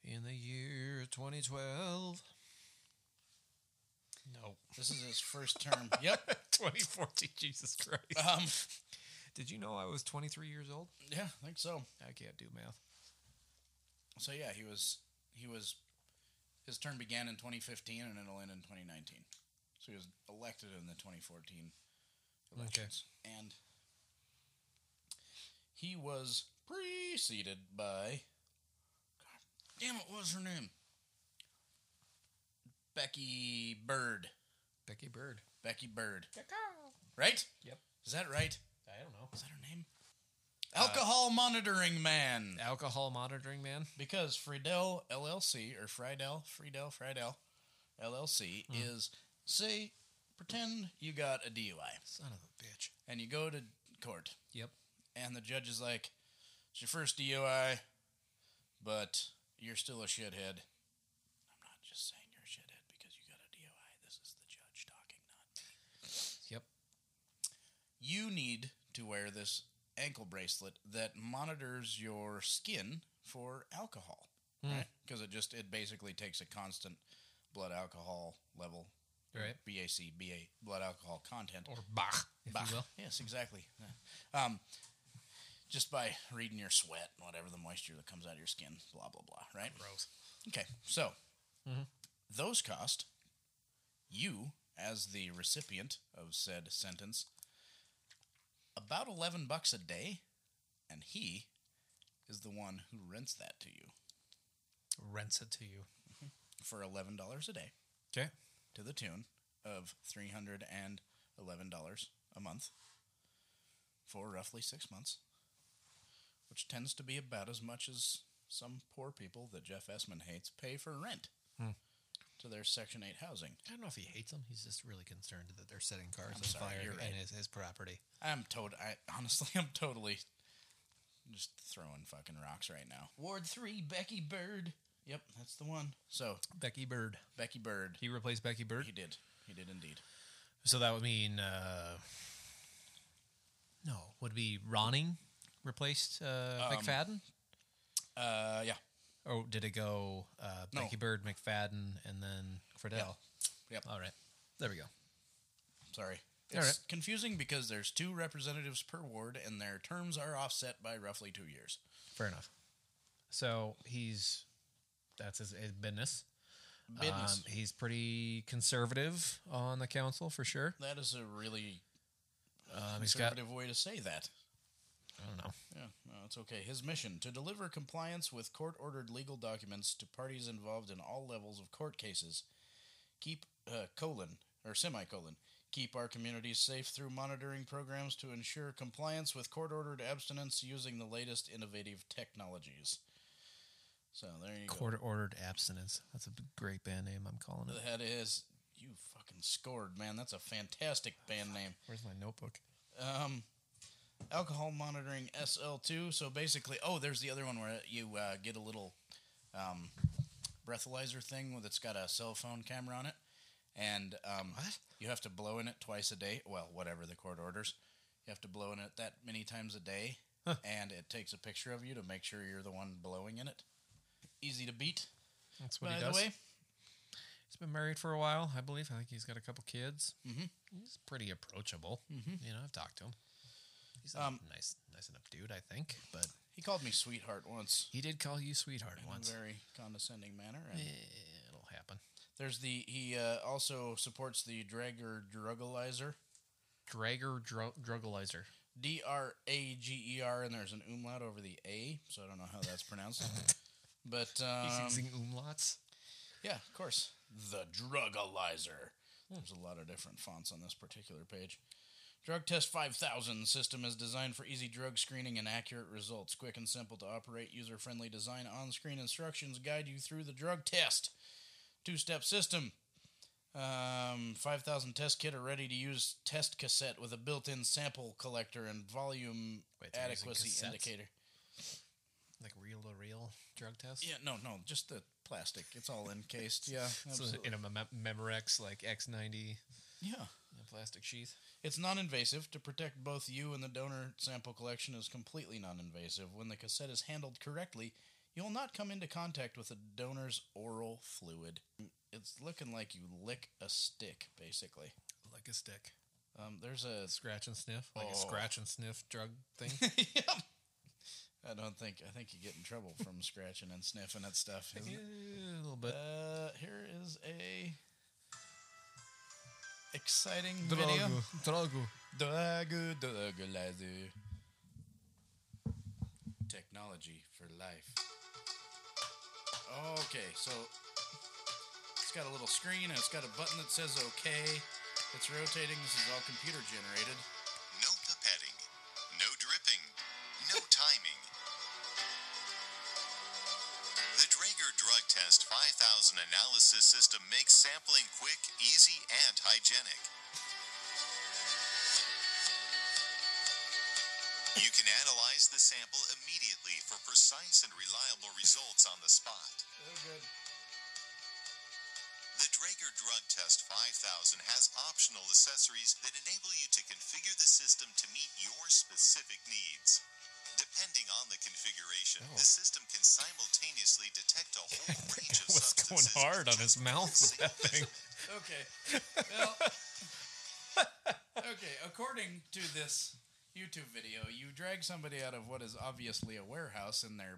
[SPEAKER 1] In the year 2012. No.
[SPEAKER 3] This is his first term. yep.
[SPEAKER 1] 2014. Jesus Christ.
[SPEAKER 3] Um,
[SPEAKER 1] Did you know I was 23 years old?
[SPEAKER 3] yeah, I think so.
[SPEAKER 1] I can't do math.
[SPEAKER 3] So yeah, he was he was his term began in 2015 and it'll end in 2019. So he was elected in the 2014
[SPEAKER 1] Okay.
[SPEAKER 3] elections, and he was preceded by. God damn it! What was her name? Becky Bird.
[SPEAKER 1] Becky Bird.
[SPEAKER 3] Becky Bird. Right?
[SPEAKER 1] Yep.
[SPEAKER 3] Is that right?
[SPEAKER 1] I don't know.
[SPEAKER 3] Is that her name?
[SPEAKER 1] Uh,
[SPEAKER 3] Alcohol monitoring man.
[SPEAKER 1] Alcohol monitoring man.
[SPEAKER 3] because Friedel LLC or Friedel Friedel Friedel LLC is say pretend you got a DUI
[SPEAKER 1] Son of a bitch.
[SPEAKER 3] and you go to court
[SPEAKER 1] Yep.
[SPEAKER 3] and the judge is like it's your first DUI but you're still a shithead. I'm not just saying you're a shithead because you got a DUI. This is the judge talking, not me.
[SPEAKER 1] Yep.
[SPEAKER 3] You need to wear this ankle bracelet that monitors your skin for alcohol
[SPEAKER 1] Hmm.
[SPEAKER 3] right? Because it just it basically takes a constant blood alcohol level,
[SPEAKER 1] Right.
[SPEAKER 3] BAC, BA, blood alcohol content.
[SPEAKER 1] Or Bach, if
[SPEAKER 3] Bah.
[SPEAKER 1] you will.
[SPEAKER 3] Yes, exactly. Yeah. Um, just by reading your sweat, whatever the moisture that comes out of your skin, blah blah blah. Right.
[SPEAKER 1] Gross.
[SPEAKER 3] Okay, so
[SPEAKER 1] Mhm.
[SPEAKER 3] those cost you, as the recipient of said sentence, about eleven bucks a day, and he is the one who rents that to you
[SPEAKER 1] Rents it to you.
[SPEAKER 3] for eleven dollars a day.
[SPEAKER 1] Okay.
[SPEAKER 3] to the tune of three hundred and eleven dollars a month for roughly six months, which tends to be about as much as some poor people that Jeff Esman hates pay for rent
[SPEAKER 1] Hmm.
[SPEAKER 3] to their Section Eight housing.
[SPEAKER 1] I don't know if he hates them. He's just really concerned that they're setting cars on
[SPEAKER 3] I'm sorry,
[SPEAKER 1] fire
[SPEAKER 3] you're right.
[SPEAKER 1] and his, his property.
[SPEAKER 3] I'm tot I honestly, I'm totally just throwing fucking rocks right now. Ward three, Becky Bird. Yep, that's the one. So
[SPEAKER 1] Becky Bird.
[SPEAKER 3] Becky Bird.
[SPEAKER 1] He replaced Becky Bird.
[SPEAKER 3] He did. He did indeed.
[SPEAKER 1] So that would mean uh, no, would it be Ronning replaced uh,
[SPEAKER 3] Um,
[SPEAKER 1] McFadden,
[SPEAKER 3] Uh, yeah.
[SPEAKER 1] or did it go uh,
[SPEAKER 3] No.
[SPEAKER 1] Becky Bird, McFadden, and then Friedel?
[SPEAKER 3] Yep.
[SPEAKER 1] All right, there we go.
[SPEAKER 3] Sorry. It's
[SPEAKER 1] All right.
[SPEAKER 3] confusing because there's two representatives per ward and their terms are offset by roughly two years.
[SPEAKER 1] Fair enough. So he's that's his, his business.
[SPEAKER 3] Business.
[SPEAKER 1] Um, he's pretty conservative on the council for sure.
[SPEAKER 3] that is a really
[SPEAKER 1] Um, he's got
[SPEAKER 3] conservative way to say that.
[SPEAKER 1] I don't know.
[SPEAKER 3] Yeah, no, it's okay. His mission to deliver compliance with court ordered legal documents to parties involved in all levels of court cases. Keep uh, colon or semicolon. Keep our communities safe through monitoring programs to ensure compliance with court ordered abstinence using the latest innovative technologies. So there you go.
[SPEAKER 1] Court ordered abstinence. That's a b- great band name. I'm calling it.
[SPEAKER 3] That is, you fucking scored, man. That's a fantastic band name.
[SPEAKER 1] Where's my notebook?
[SPEAKER 3] Um, alcohol monitoring SL2. So basically, oh, there's the other one where you uh, get a little um, breathalyzer thing that's got a cell phone camera on it, and um,
[SPEAKER 1] What?
[SPEAKER 3] you have to blow in it twice a day. Well, whatever the court orders, you have to blow in it that many times a day, and it takes a picture of you to make sure you're the one blowing in it. Easy to beat,
[SPEAKER 1] That's what
[SPEAKER 3] by
[SPEAKER 1] he
[SPEAKER 3] the
[SPEAKER 1] does.
[SPEAKER 3] way.
[SPEAKER 1] He's been married for a while, I believe. I think he's got a couple kids.
[SPEAKER 3] Mhm.
[SPEAKER 1] He's pretty approachable. You know, I've talked to him. He's a
[SPEAKER 3] Mm-hmm. Um,
[SPEAKER 1] nice, nice enough dude, I think. But
[SPEAKER 3] He called me sweetheart once.
[SPEAKER 1] he did call you sweetheart
[SPEAKER 3] in
[SPEAKER 1] once.
[SPEAKER 3] a very condescending manner. And
[SPEAKER 1] Eh, it'll happen.
[SPEAKER 3] There's the he uh, also supports the drag or drugalizer,
[SPEAKER 1] Dragger dro- Drugalizer.
[SPEAKER 3] D R A G E R, and there's an umlaut over the A, so I don't know how that's pronounced. But um,
[SPEAKER 1] he's using umlauts.
[SPEAKER 3] Yeah, of course. The Drugalizer. There's a lot of different fonts on this particular page. Drug Test 5000 system is designed for easy drug screening and accurate results. Quick and simple to operate, user friendly design, on screen instructions guide you through the drug test. Two step system. Um, 5000 test kit are ready to use test cassette with a built in sample collector and volume
[SPEAKER 1] Wait, they're using
[SPEAKER 3] adequacy
[SPEAKER 1] cassettes?
[SPEAKER 3] indicator.
[SPEAKER 1] Like real to real drug test.
[SPEAKER 3] Yeah, no, no, just the plastic. It's all encased. Yeah,
[SPEAKER 1] So
[SPEAKER 3] absolutely.
[SPEAKER 1] in a mem- Memorex like X90
[SPEAKER 3] yeah.
[SPEAKER 1] uh, plastic sheath.
[SPEAKER 3] It's non invasive. To protect both you and the donor sample collection is completely non invasive. When the cassette is handled correctly, you'll not come into contact with the donor's oral fluid. It's looking like you lick a stick, basically.
[SPEAKER 1] Like a stick.
[SPEAKER 3] Um, there's a.
[SPEAKER 1] Scratch and sniff. Like
[SPEAKER 3] Oh.
[SPEAKER 1] a scratch and sniff drug thing.
[SPEAKER 3] I don't think. I think you get in trouble from scratching and sniffing at stuff. isn't
[SPEAKER 1] Yeah,
[SPEAKER 3] it?
[SPEAKER 1] a little bit.
[SPEAKER 3] Uh, here is a. Exciting video.
[SPEAKER 1] Drogo.
[SPEAKER 3] Dragu, dragulazu. Technology for life. Okay, so it's got a little screen and it's got a button that says OK. It's rotating. This is all computer generated.
[SPEAKER 4] No pipetting, no dripping, no timing. The Draeger Drug Test 5000 analysis system makes sampling quick, easy, and hygienic. You can analyze the sample immediately for precise and reliable results on the spot.
[SPEAKER 3] Oh, good.
[SPEAKER 4] The Draeger Drug Test 5000 has optional accessories that enable you to configure the system to meet your specific needs. Depending on the configuration,
[SPEAKER 1] Oh.
[SPEAKER 4] the system can simultaneously detect a whole range of
[SPEAKER 1] What's going
[SPEAKER 4] substances.
[SPEAKER 1] hard on his mouth with that thing?
[SPEAKER 3] Okay. Well, okay, according to this YouTube video, you drag somebody out of what is obviously a warehouse in their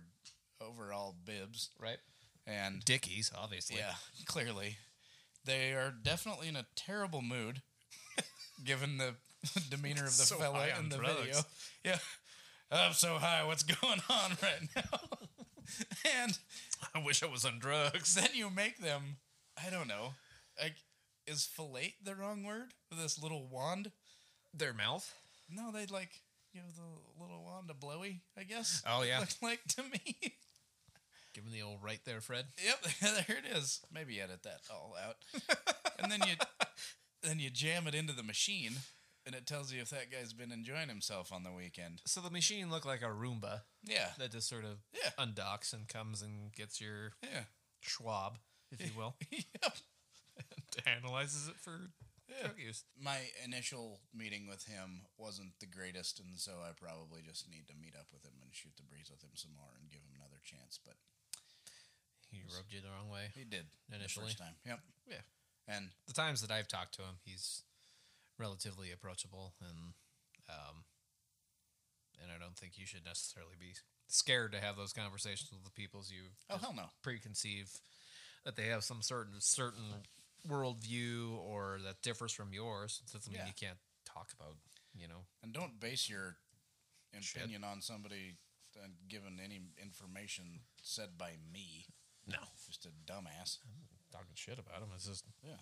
[SPEAKER 3] overall bibs
[SPEAKER 1] Right.
[SPEAKER 3] and
[SPEAKER 1] Dickies, obviously.
[SPEAKER 3] Yeah, clearly. They are definitely in a terrible mood, given the demeanor of the
[SPEAKER 1] So
[SPEAKER 3] fella
[SPEAKER 1] high
[SPEAKER 3] in
[SPEAKER 1] on
[SPEAKER 3] the
[SPEAKER 1] drugs.
[SPEAKER 3] video. Yeah. I'm so high. What's going on right now? and
[SPEAKER 1] I wish I was on drugs.
[SPEAKER 3] then you make them, I don't know, like, is fillet the wrong word? This little wand?
[SPEAKER 1] Their mouth.
[SPEAKER 3] No, they'd like give the little wand a blowy, I guess.
[SPEAKER 1] Oh yeah.
[SPEAKER 3] Looked like to me.
[SPEAKER 1] Give him the old right there, Fred.
[SPEAKER 3] Yep, there it is. Maybe edit that all out. and then you then you jam it into the machine and it tells you if that guy's been enjoying himself on the weekend.
[SPEAKER 1] So the machine looked like a Roomba
[SPEAKER 3] Yeah.
[SPEAKER 1] that just sort of
[SPEAKER 3] Yeah.
[SPEAKER 1] undocks and comes and gets your
[SPEAKER 3] Yeah.
[SPEAKER 1] Schwab, if you will,
[SPEAKER 3] Yep.
[SPEAKER 1] analyzes it for drug use.
[SPEAKER 3] My initial meeting with him wasn't the greatest and so I probably just need to meet up with him and shoot the breeze with him some more and give him another chance, but
[SPEAKER 1] He rubbed you the wrong way.
[SPEAKER 3] he did
[SPEAKER 1] Initially?
[SPEAKER 3] the first time. Yep.
[SPEAKER 1] Yeah.
[SPEAKER 3] And
[SPEAKER 1] The times that I've talked to him, he's relatively approachable, and um, and I don't think you should necessarily be scared to have those conversations with the peoples you
[SPEAKER 3] oh hell no.
[SPEAKER 1] preconceive that they have some certain certain worldview or that differs from yours. It doesn't mean
[SPEAKER 3] Yeah.
[SPEAKER 1] you can't talk about, you know.
[SPEAKER 3] And don't base your
[SPEAKER 1] Shit.
[SPEAKER 3] opinion on somebody uh, given any information said by me.
[SPEAKER 1] No,
[SPEAKER 3] Just a dumbass.
[SPEAKER 1] talking shit about him. It's just
[SPEAKER 3] Yeah.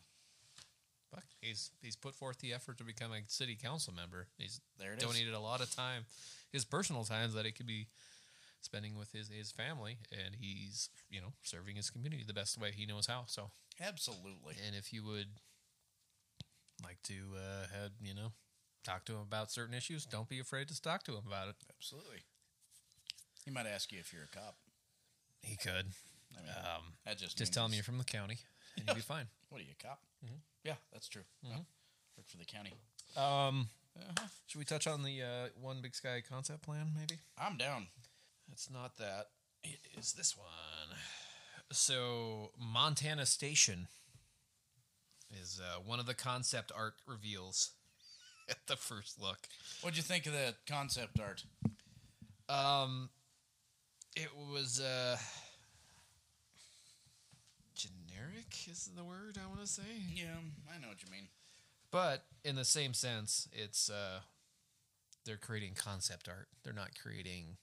[SPEAKER 1] fuck. He's he's put forth the effort to become a city council member. He's
[SPEAKER 3] There it is.
[SPEAKER 1] donated a lot of time, his personal time that it could be spending with his his family, and he's you know serving his community the best way he knows how. So,
[SPEAKER 3] Absolutely.
[SPEAKER 1] and if you would like to uh, have you know talk to him about certain issues, don't be afraid to talk to him about it.
[SPEAKER 3] Absolutely. He might ask you if you're a cop.
[SPEAKER 1] He could
[SPEAKER 3] I mean,
[SPEAKER 1] um,
[SPEAKER 3] that just
[SPEAKER 1] just
[SPEAKER 3] means
[SPEAKER 1] tell him Mm-hmm. you're
[SPEAKER 3] he's-
[SPEAKER 1] from the county, and you'll be fine.
[SPEAKER 3] What are you, a cop? Yeah, that's true.
[SPEAKER 1] Mm-hmm.
[SPEAKER 3] Yeah. Work for the county. Uh-huh.
[SPEAKER 1] Um, Should we touch on the uh, one big sky concept plan? Maybe
[SPEAKER 3] I'm down.
[SPEAKER 1] it's not that. It is this one. So Montana Station is uh, one of the concept art reveals at the first look.
[SPEAKER 3] What'd you think of the concept art?
[SPEAKER 1] Um, it was uh, generic is the word I want to say.
[SPEAKER 3] Yeah, I know what you mean.
[SPEAKER 1] But in the same sense, it's uh they're creating concept art. They're not creating,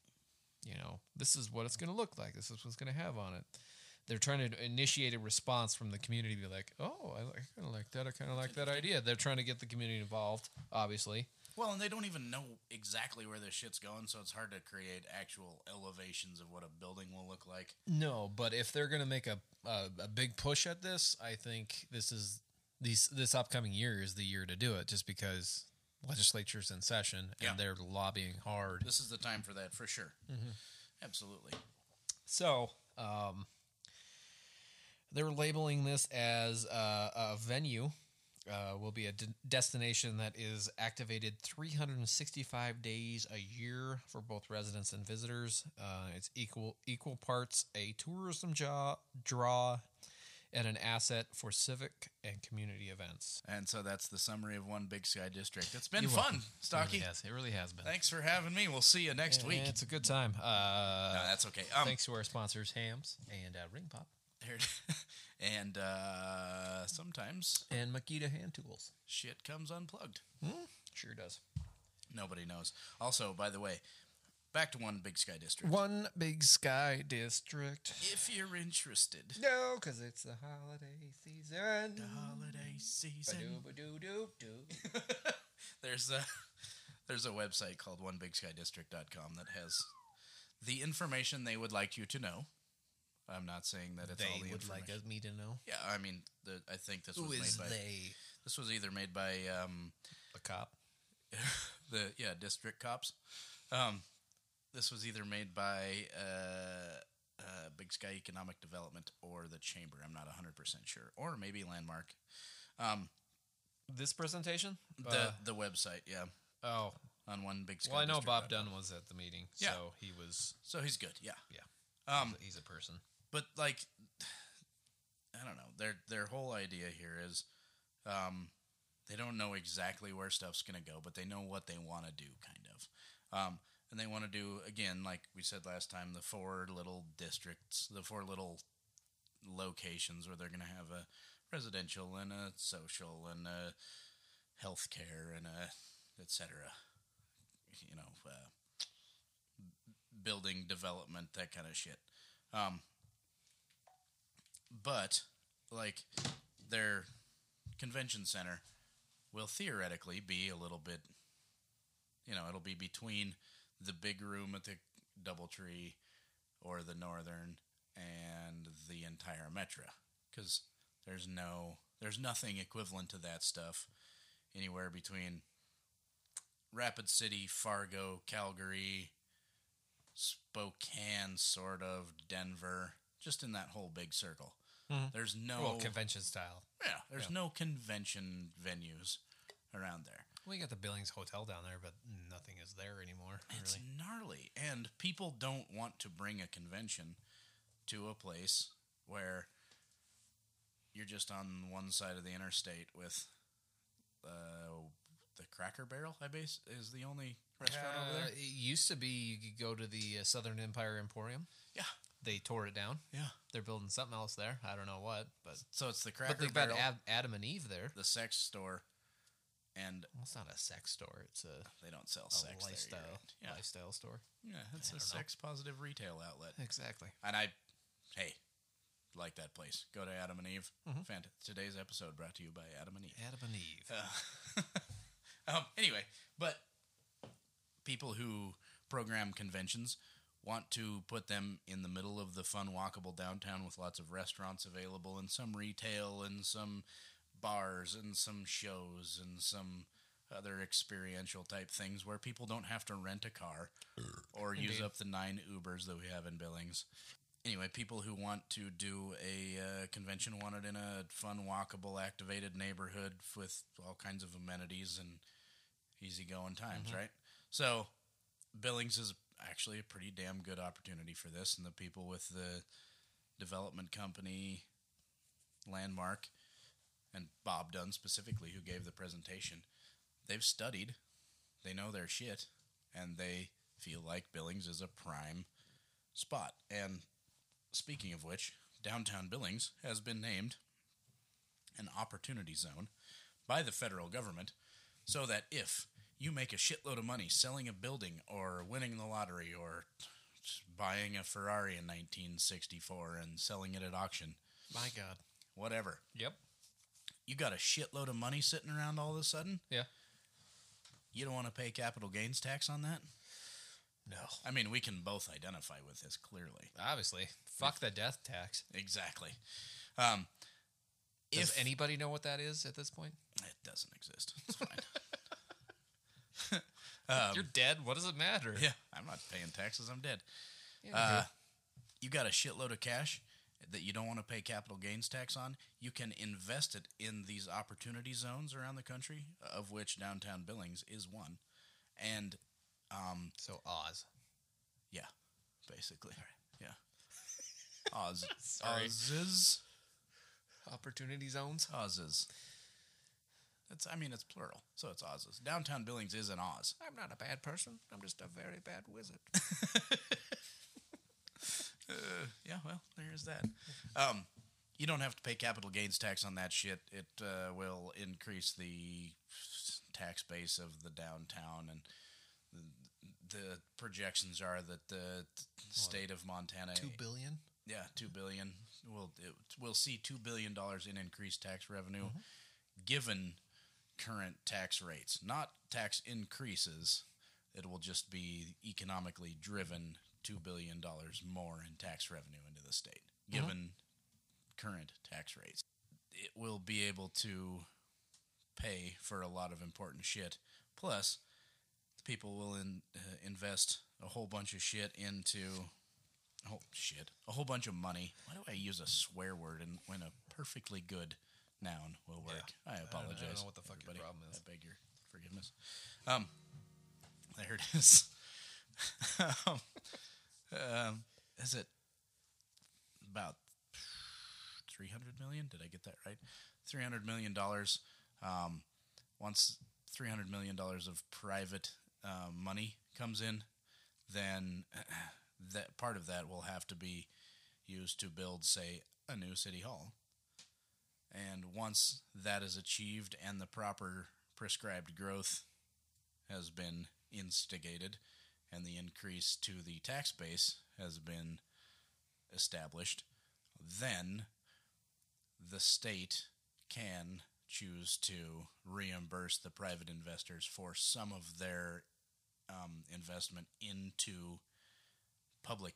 [SPEAKER 1] you know, this is what it's going to look like. This is what's going to have on it. they're trying to initiate a response from the community. Be like, oh, I, I kind of like that. I kind of like that idea. They're trying to get the community involved, obviously.
[SPEAKER 3] Well, and they don't even know exactly where this shit's going, so it's hard to create actual elevations of what a building will look like.
[SPEAKER 1] No, but if they're going to make a, a a big push at this, I think this is these this upcoming year is the year to do it, just because legislature's in session and
[SPEAKER 3] Yeah.
[SPEAKER 1] they're lobbying hard.
[SPEAKER 3] This is the time for that for sure.
[SPEAKER 1] Mm-hmm.
[SPEAKER 3] Absolutely.
[SPEAKER 1] So, um, they're labeling this as uh, a venue. Uh, will be a d- destination that is activated 365 days a year for both residents and visitors. Uh, it's equal equal parts a tourism jo- draw and an asset for civic and community events.
[SPEAKER 3] And so that's the summary of one Big Sky District. It's been
[SPEAKER 1] You're
[SPEAKER 3] fun,
[SPEAKER 1] welcome.
[SPEAKER 3] Stocky.
[SPEAKER 1] Yes, it really has been.
[SPEAKER 3] Thanks for having me. We'll see you next
[SPEAKER 1] Yeah,
[SPEAKER 3] week.
[SPEAKER 1] It's a good time. Uh,
[SPEAKER 3] No, that's okay. Um,
[SPEAKER 1] thanks to our sponsors, Hams and uh, Ring Pop
[SPEAKER 3] there it- and uh, sometimes
[SPEAKER 1] and Makita Hand Tools.
[SPEAKER 3] shit comes unplugged.
[SPEAKER 1] Sure does.
[SPEAKER 3] Nobody knows. Also, by the way, back to one Big Sky District.
[SPEAKER 1] One big sky district.
[SPEAKER 3] If you're interested,
[SPEAKER 1] No, because it's the holiday season.
[SPEAKER 3] the holiday season.
[SPEAKER 1] Ba-do-ba-do-do-do.
[SPEAKER 3] There's a there's a website called onebigskydistrict.com that has the information they would like you to know. I'm not saying that it's all the
[SPEAKER 1] They would
[SPEAKER 3] information.
[SPEAKER 1] like us- me to know.
[SPEAKER 3] yeah, I mean, the, I think this
[SPEAKER 1] Who
[SPEAKER 3] was
[SPEAKER 1] is
[SPEAKER 3] made by
[SPEAKER 1] they?
[SPEAKER 3] this was either made by um,
[SPEAKER 1] A cop.
[SPEAKER 3] the yeah district cops. Um, this was either made by uh, uh, Big Sky Economic Development or the Chamber. I'm not 100 percent sure, or maybe Landmark. Um,
[SPEAKER 1] This presentation?
[SPEAKER 3] the
[SPEAKER 1] Uh,
[SPEAKER 3] the website, yeah,
[SPEAKER 1] oh,
[SPEAKER 3] on one Big Sky.
[SPEAKER 1] well, I know
[SPEAKER 3] District
[SPEAKER 1] Bob
[SPEAKER 3] dot-
[SPEAKER 1] Dunn was at the meeting,
[SPEAKER 3] Yeah.
[SPEAKER 1] so he was.
[SPEAKER 3] So he's good, yeah,
[SPEAKER 1] Yeah.
[SPEAKER 3] Um,
[SPEAKER 1] he's a person.
[SPEAKER 3] but like, I don't know. Their their whole idea here is, um, they don't know exactly where stuff's gonna go, but they know what they want to do, kind of. Um, and they want to do again, like we said last time, the four little districts, the four little locations where they're gonna have a residential and a social and a healthcare and a etc. You know, uh, building development, that kind of shit. Um, but like their convention center will theoretically be a little bit, you know, it'll be between the big room at the DoubleTree or the Northern and the entire Metra, because there's no, there's nothing equivalent to that stuff anywhere between Rapid City, Fargo, Calgary, Spokane, sort of Denver, just in that whole big circle.
[SPEAKER 1] Mhm.
[SPEAKER 3] There's no
[SPEAKER 1] Well, convention style.
[SPEAKER 3] yeah, there's
[SPEAKER 1] yeah.
[SPEAKER 3] no convention venues around there.
[SPEAKER 1] We got the Billings Hotel down there, but nothing is there anymore.
[SPEAKER 3] It's
[SPEAKER 1] Really.
[SPEAKER 3] gnarly, and people don't want to bring a convention to a place where you're just on one side of the interstate with uh, the Cracker Barrel. I base is the only restaurant over
[SPEAKER 1] Uh,
[SPEAKER 3] there.
[SPEAKER 1] it used to be you could go to the uh, Southern Empire Emporium.
[SPEAKER 3] Yeah,
[SPEAKER 1] They tore it down.
[SPEAKER 3] yeah.
[SPEAKER 1] They're building something else there. I don't know what, but
[SPEAKER 3] So it's the Cracker
[SPEAKER 1] but they've got
[SPEAKER 3] Barrel,
[SPEAKER 1] Ad, Adam and Eve there.
[SPEAKER 3] the sex store, and
[SPEAKER 1] Well, it's not a sex store. It's a,
[SPEAKER 3] they don't sell
[SPEAKER 1] a
[SPEAKER 3] sex there,
[SPEAKER 1] Oh, lifestyle
[SPEAKER 3] you're right. Yeah,
[SPEAKER 1] lifestyle store.
[SPEAKER 3] yeah, it's a
[SPEAKER 1] don't know.
[SPEAKER 3] sex positive retail outlet.
[SPEAKER 1] Exactly.
[SPEAKER 3] And I, hey, like that place. Go to Adam and Eve.
[SPEAKER 1] Mhm.
[SPEAKER 3] Fant- Today's episode brought to you by Adam and Eve.
[SPEAKER 1] Adam and Eve.
[SPEAKER 3] Uh, um, anyway, but people who program conventions want to put them in the middle of the fun, walkable downtown with lots of restaurants available and some retail and some bars and some shows and some other experiential type things where people don't have to rent a car or use
[SPEAKER 1] Indeed.
[SPEAKER 3] up the nine Ubers that we have in Billings. Anyway, people who want to do a uh, convention want it in a fun, walkable, activated neighborhood with all kinds of amenities and easygoing times, right? So Billings is actually a pretty damn good opportunity for this, and the people with the development company, Landmark, and Bob Dunn specifically, who gave the presentation, they've studied, they know their shit, and they feel like Billings is a prime spot. And speaking of which, downtown Billings has been named an opportunity zone by the federal government so that if you make a shitload of money selling a building or winning the lottery or just buying a Ferrari in 1964 and selling it at auction.
[SPEAKER 1] My God.
[SPEAKER 3] Whatever.
[SPEAKER 1] Yep.
[SPEAKER 3] You got a shitload of money sitting around all of a sudden.
[SPEAKER 1] Yeah.
[SPEAKER 3] You don't want to pay capital gains tax on that?
[SPEAKER 1] No.
[SPEAKER 3] I mean, we can both identify with this clearly.
[SPEAKER 1] Obviously. Fuck the death tax.
[SPEAKER 3] Exactly. Um,
[SPEAKER 1] Does
[SPEAKER 3] if
[SPEAKER 1] anybody know what that is at this point?
[SPEAKER 3] it doesn't exist, it's fine.
[SPEAKER 1] You're dead. What does it matter?
[SPEAKER 3] yeah, I'm not paying taxes. I'm dead.
[SPEAKER 1] Yeah,
[SPEAKER 3] Uh,
[SPEAKER 1] dude.
[SPEAKER 3] you got a shitload of cash that you don't want to pay capital gains tax on. You can invest it in these opportunity zones around the country, of which downtown Billings is one. And um,
[SPEAKER 1] so Oz.
[SPEAKER 3] yeah, basically, yeah. Oz,
[SPEAKER 1] Sorry.
[SPEAKER 3] Oz's,
[SPEAKER 1] Opportunity zones.
[SPEAKER 3] Oz's. That's I mean it's plural, so it's Oz's. Downtown Billings is an Oz.
[SPEAKER 1] I'm not a bad person. I'm just a very bad wizard.
[SPEAKER 3] Uh, Yeah, well, there is that. Um, you don't have to pay capital gains tax on that shit. It uh, will increase the tax base of the downtown, and the, the projections are that the state of Montana,
[SPEAKER 1] Two billion.
[SPEAKER 3] yeah, two billion will it will see two billion dollars in increased tax revenue, given current tax rates, not tax increases. It will just be economically driven two billion dollars more in tax revenue into the state, given current tax rates. It will be able to pay for a lot of important shit. Plus, people will in, uh, invest a whole bunch of shit into Oh shit! A whole bunch of money. Why do I use a swear word and when a perfectly good noun will work? I apologize.
[SPEAKER 1] know what the fuck your problem is.
[SPEAKER 3] I beg your forgiveness. Um, there it is. um, um, is it about three hundred million? Did I get that right? Three hundred million dollars. Um, once three hundred million dollars of private uh, money comes in, then that part of that will have to be used to build, say, a new city hall. And once that is achieved and the proper prescribed growth has been instigated and the increase to the tax base has been established, then the state can choose to reimburse the private investors for some of their um, investment into public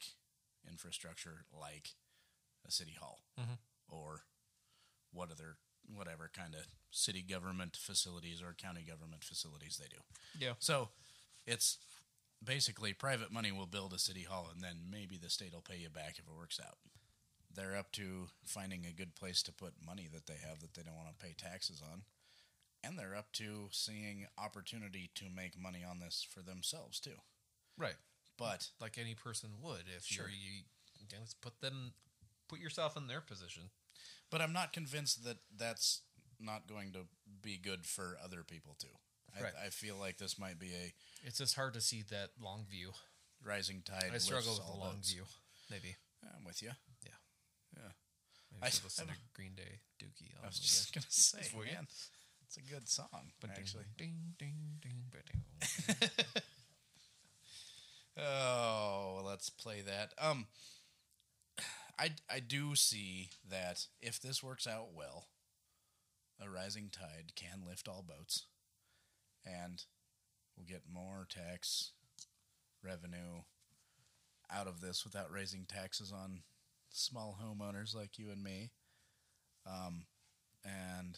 [SPEAKER 3] infrastructure like a city hall or what other whatever kind of city government facilities or county government facilities they do.
[SPEAKER 1] Yeah.
[SPEAKER 3] So it's basically private money will build a city hall and then maybe the state will pay you back if it works out. They're up to finding a good place to put money that they have that they don't want to pay taxes on. And they're up to seeing opportunity to make money on this for themselves too.
[SPEAKER 1] Right.
[SPEAKER 3] But
[SPEAKER 1] Like any person would if
[SPEAKER 3] Sure.
[SPEAKER 1] you're you you know, put them put yourself in their position.
[SPEAKER 3] but I'm not convinced that that's not going to be good for other people too.
[SPEAKER 1] Right.
[SPEAKER 3] I, I feel like this might be a
[SPEAKER 1] It's just hard to see that long view.
[SPEAKER 3] rising tide.
[SPEAKER 1] I struggle
[SPEAKER 3] lifts
[SPEAKER 1] with the
[SPEAKER 3] all
[SPEAKER 1] long
[SPEAKER 3] boats.
[SPEAKER 1] view. Maybe.
[SPEAKER 3] I'm with you.
[SPEAKER 1] Yeah.
[SPEAKER 3] Yeah.
[SPEAKER 1] Maybe
[SPEAKER 3] I-
[SPEAKER 1] I should listen
[SPEAKER 3] I
[SPEAKER 1] to Green Day Dookie.
[SPEAKER 3] I
[SPEAKER 1] On
[SPEAKER 3] was
[SPEAKER 1] the
[SPEAKER 3] just gonna say,
[SPEAKER 1] It's weird.
[SPEAKER 3] man, it's a good song,
[SPEAKER 1] weekend.
[SPEAKER 3] actually.
[SPEAKER 1] Ding, ding, ding, ding, ding.
[SPEAKER 3] Oh, well, let's play that. Um, I I do see that if this works out well, a rising tide can lift all boats, and we'll get more tax revenue out of this without raising taxes on small homeowners like you and me. Um, and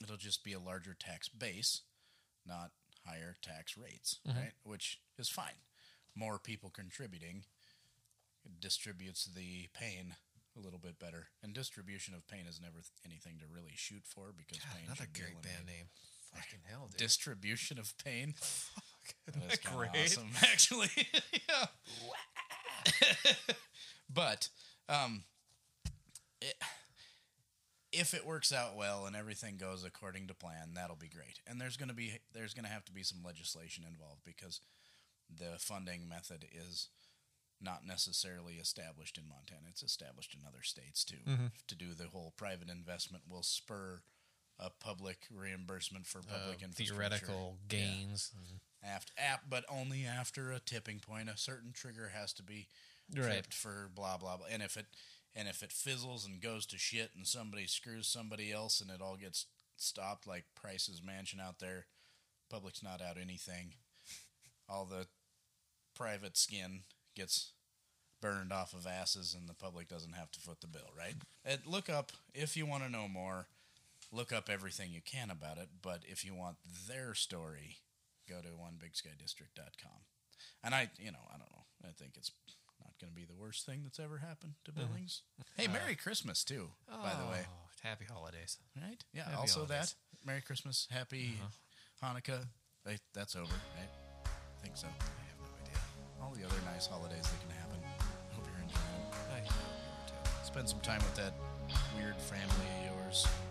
[SPEAKER 3] it'll just be a larger tax base, not higher tax rates,
[SPEAKER 1] Mm-hmm.
[SPEAKER 3] right? Which is fine. More people contributing it distributes the pain a little bit better. And distribution of pain is never th- anything to really shoot for because
[SPEAKER 1] God,
[SPEAKER 3] pain
[SPEAKER 1] another
[SPEAKER 3] should be
[SPEAKER 1] great
[SPEAKER 3] eliminated
[SPEAKER 1] band name. Fucking hell, dude.
[SPEAKER 3] distribution of pain. That is kinda
[SPEAKER 1] great?
[SPEAKER 3] awesome, actually. yeah. but um, it, if it works out well and everything goes according to plan, that'll be great. And there's gonna be there's gonna have to be some legislation involved because the funding method is not necessarily established in Montana. It's established in other states too. To do the whole private investment will spur a public reimbursement for
[SPEAKER 1] uh,
[SPEAKER 3] public infrastructure.
[SPEAKER 1] theoretical gains. and-
[SPEAKER 3] After, ap- but only after a tipping point, a certain trigger has to be
[SPEAKER 1] Right.
[SPEAKER 3] tripped for blah blah blah. And if it and if it fizzles and goes to shit, and somebody screws somebody else, and it all gets stopped, like Price's Mansion out there, public's not out anything. All the private skin gets burned off of asses, and the public doesn't have to foot the bill, right? And look up if you want to know more. Look up everything you can about it, but if you want their story, go to onebigskydistrict.com. And I, you know, I don't know. I think it's not going to be the worst thing that's ever happened to Billings. Hey, Merry Christmas too, by the way.
[SPEAKER 1] Mm-hmm. Uh-huh. Oh, happy holidays.
[SPEAKER 3] Right? Yeah.
[SPEAKER 1] Happy
[SPEAKER 3] also
[SPEAKER 1] holidays. Uh-huh.
[SPEAKER 3] that. Merry Christmas. Happy Hanukkah. They, that's over, right? I think so. I have no idea. All the other nice holidays that can happen. Hope you're enjoying.
[SPEAKER 1] I-
[SPEAKER 3] It. Spend some time with that weird family of yours.